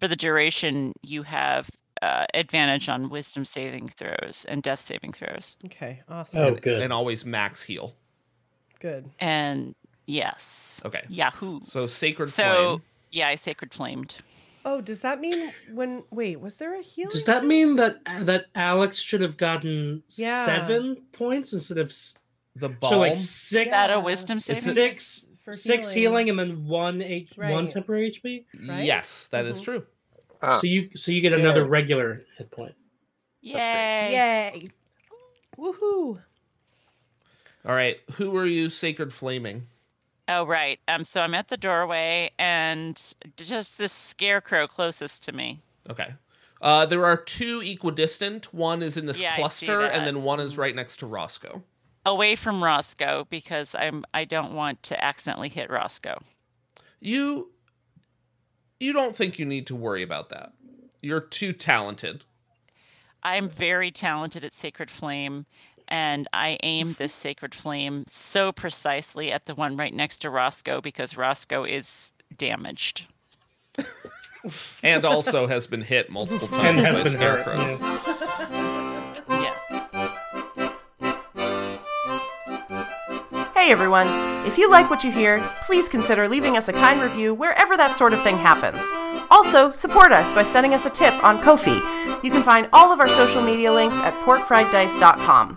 [SPEAKER 7] for the duration, you have uh, advantage on Wisdom saving throws and Death saving throws.
[SPEAKER 9] Okay, awesome.
[SPEAKER 11] oh
[SPEAKER 8] and,
[SPEAKER 11] good.
[SPEAKER 8] And always max heal.
[SPEAKER 9] Good.
[SPEAKER 7] And yes,
[SPEAKER 8] Okay.
[SPEAKER 7] Yahoo.
[SPEAKER 8] So Sacred
[SPEAKER 7] So
[SPEAKER 8] Flame.
[SPEAKER 7] yeah, I Sacred Flamed.
[SPEAKER 9] Oh, does that mean when? Wait, was there a healing?
[SPEAKER 11] Does that mean that that Alex should have gotten
[SPEAKER 9] Yeah.
[SPEAKER 11] seven points instead of s-
[SPEAKER 8] The balm.
[SPEAKER 11] so like six,
[SPEAKER 7] Is that a Wisdom
[SPEAKER 9] It's
[SPEAKER 7] saving?
[SPEAKER 9] a-
[SPEAKER 11] six,
[SPEAKER 9] For
[SPEAKER 11] six healing. and then one H, one
[SPEAKER 9] Right.
[SPEAKER 11] temporary HP?
[SPEAKER 9] right?
[SPEAKER 8] Yes, that is
[SPEAKER 7] Mm-hmm.
[SPEAKER 9] Mhm.
[SPEAKER 8] true.
[SPEAKER 4] Ah.
[SPEAKER 11] So you so you get another regular hit point.
[SPEAKER 4] That's great.
[SPEAKER 7] Yay!
[SPEAKER 9] Yay! Woohoo!
[SPEAKER 8] All right. Who are you Sacred Flaming?
[SPEAKER 7] Oh right. Um. So I'm at the doorway, and just this scarecrow closest to me.
[SPEAKER 8] Okay. Uh, there are two equidistant. One is in this
[SPEAKER 7] Yeah, I see
[SPEAKER 8] cluster,
[SPEAKER 7] that. Mm-hmm.
[SPEAKER 8] and then one is right next to Roscoe.
[SPEAKER 7] away from Roscoe because I'm I don't want to accidentally hit Roscoe.
[SPEAKER 8] You, you don't think you need to worry about that. You're too talented.
[SPEAKER 7] I'm very talented at Sacred Flame and I aim this Sacred Flame so precisely at the one right next to Roscoe because Roscoe is damaged.
[SPEAKER 8] and also has been hit multiple
[SPEAKER 11] And
[SPEAKER 8] times
[SPEAKER 11] has
[SPEAKER 8] by
[SPEAKER 11] been hurt,
[SPEAKER 8] scarecrows.
[SPEAKER 11] yeah.
[SPEAKER 7] Yeah.
[SPEAKER 5] Hey everyone, if you like what you hear, please consider leaving us a kind review wherever that sort of thing happens. Also, support us by sending us a tip on Kofi. You can find all of our social media links at porkfrieddice.com.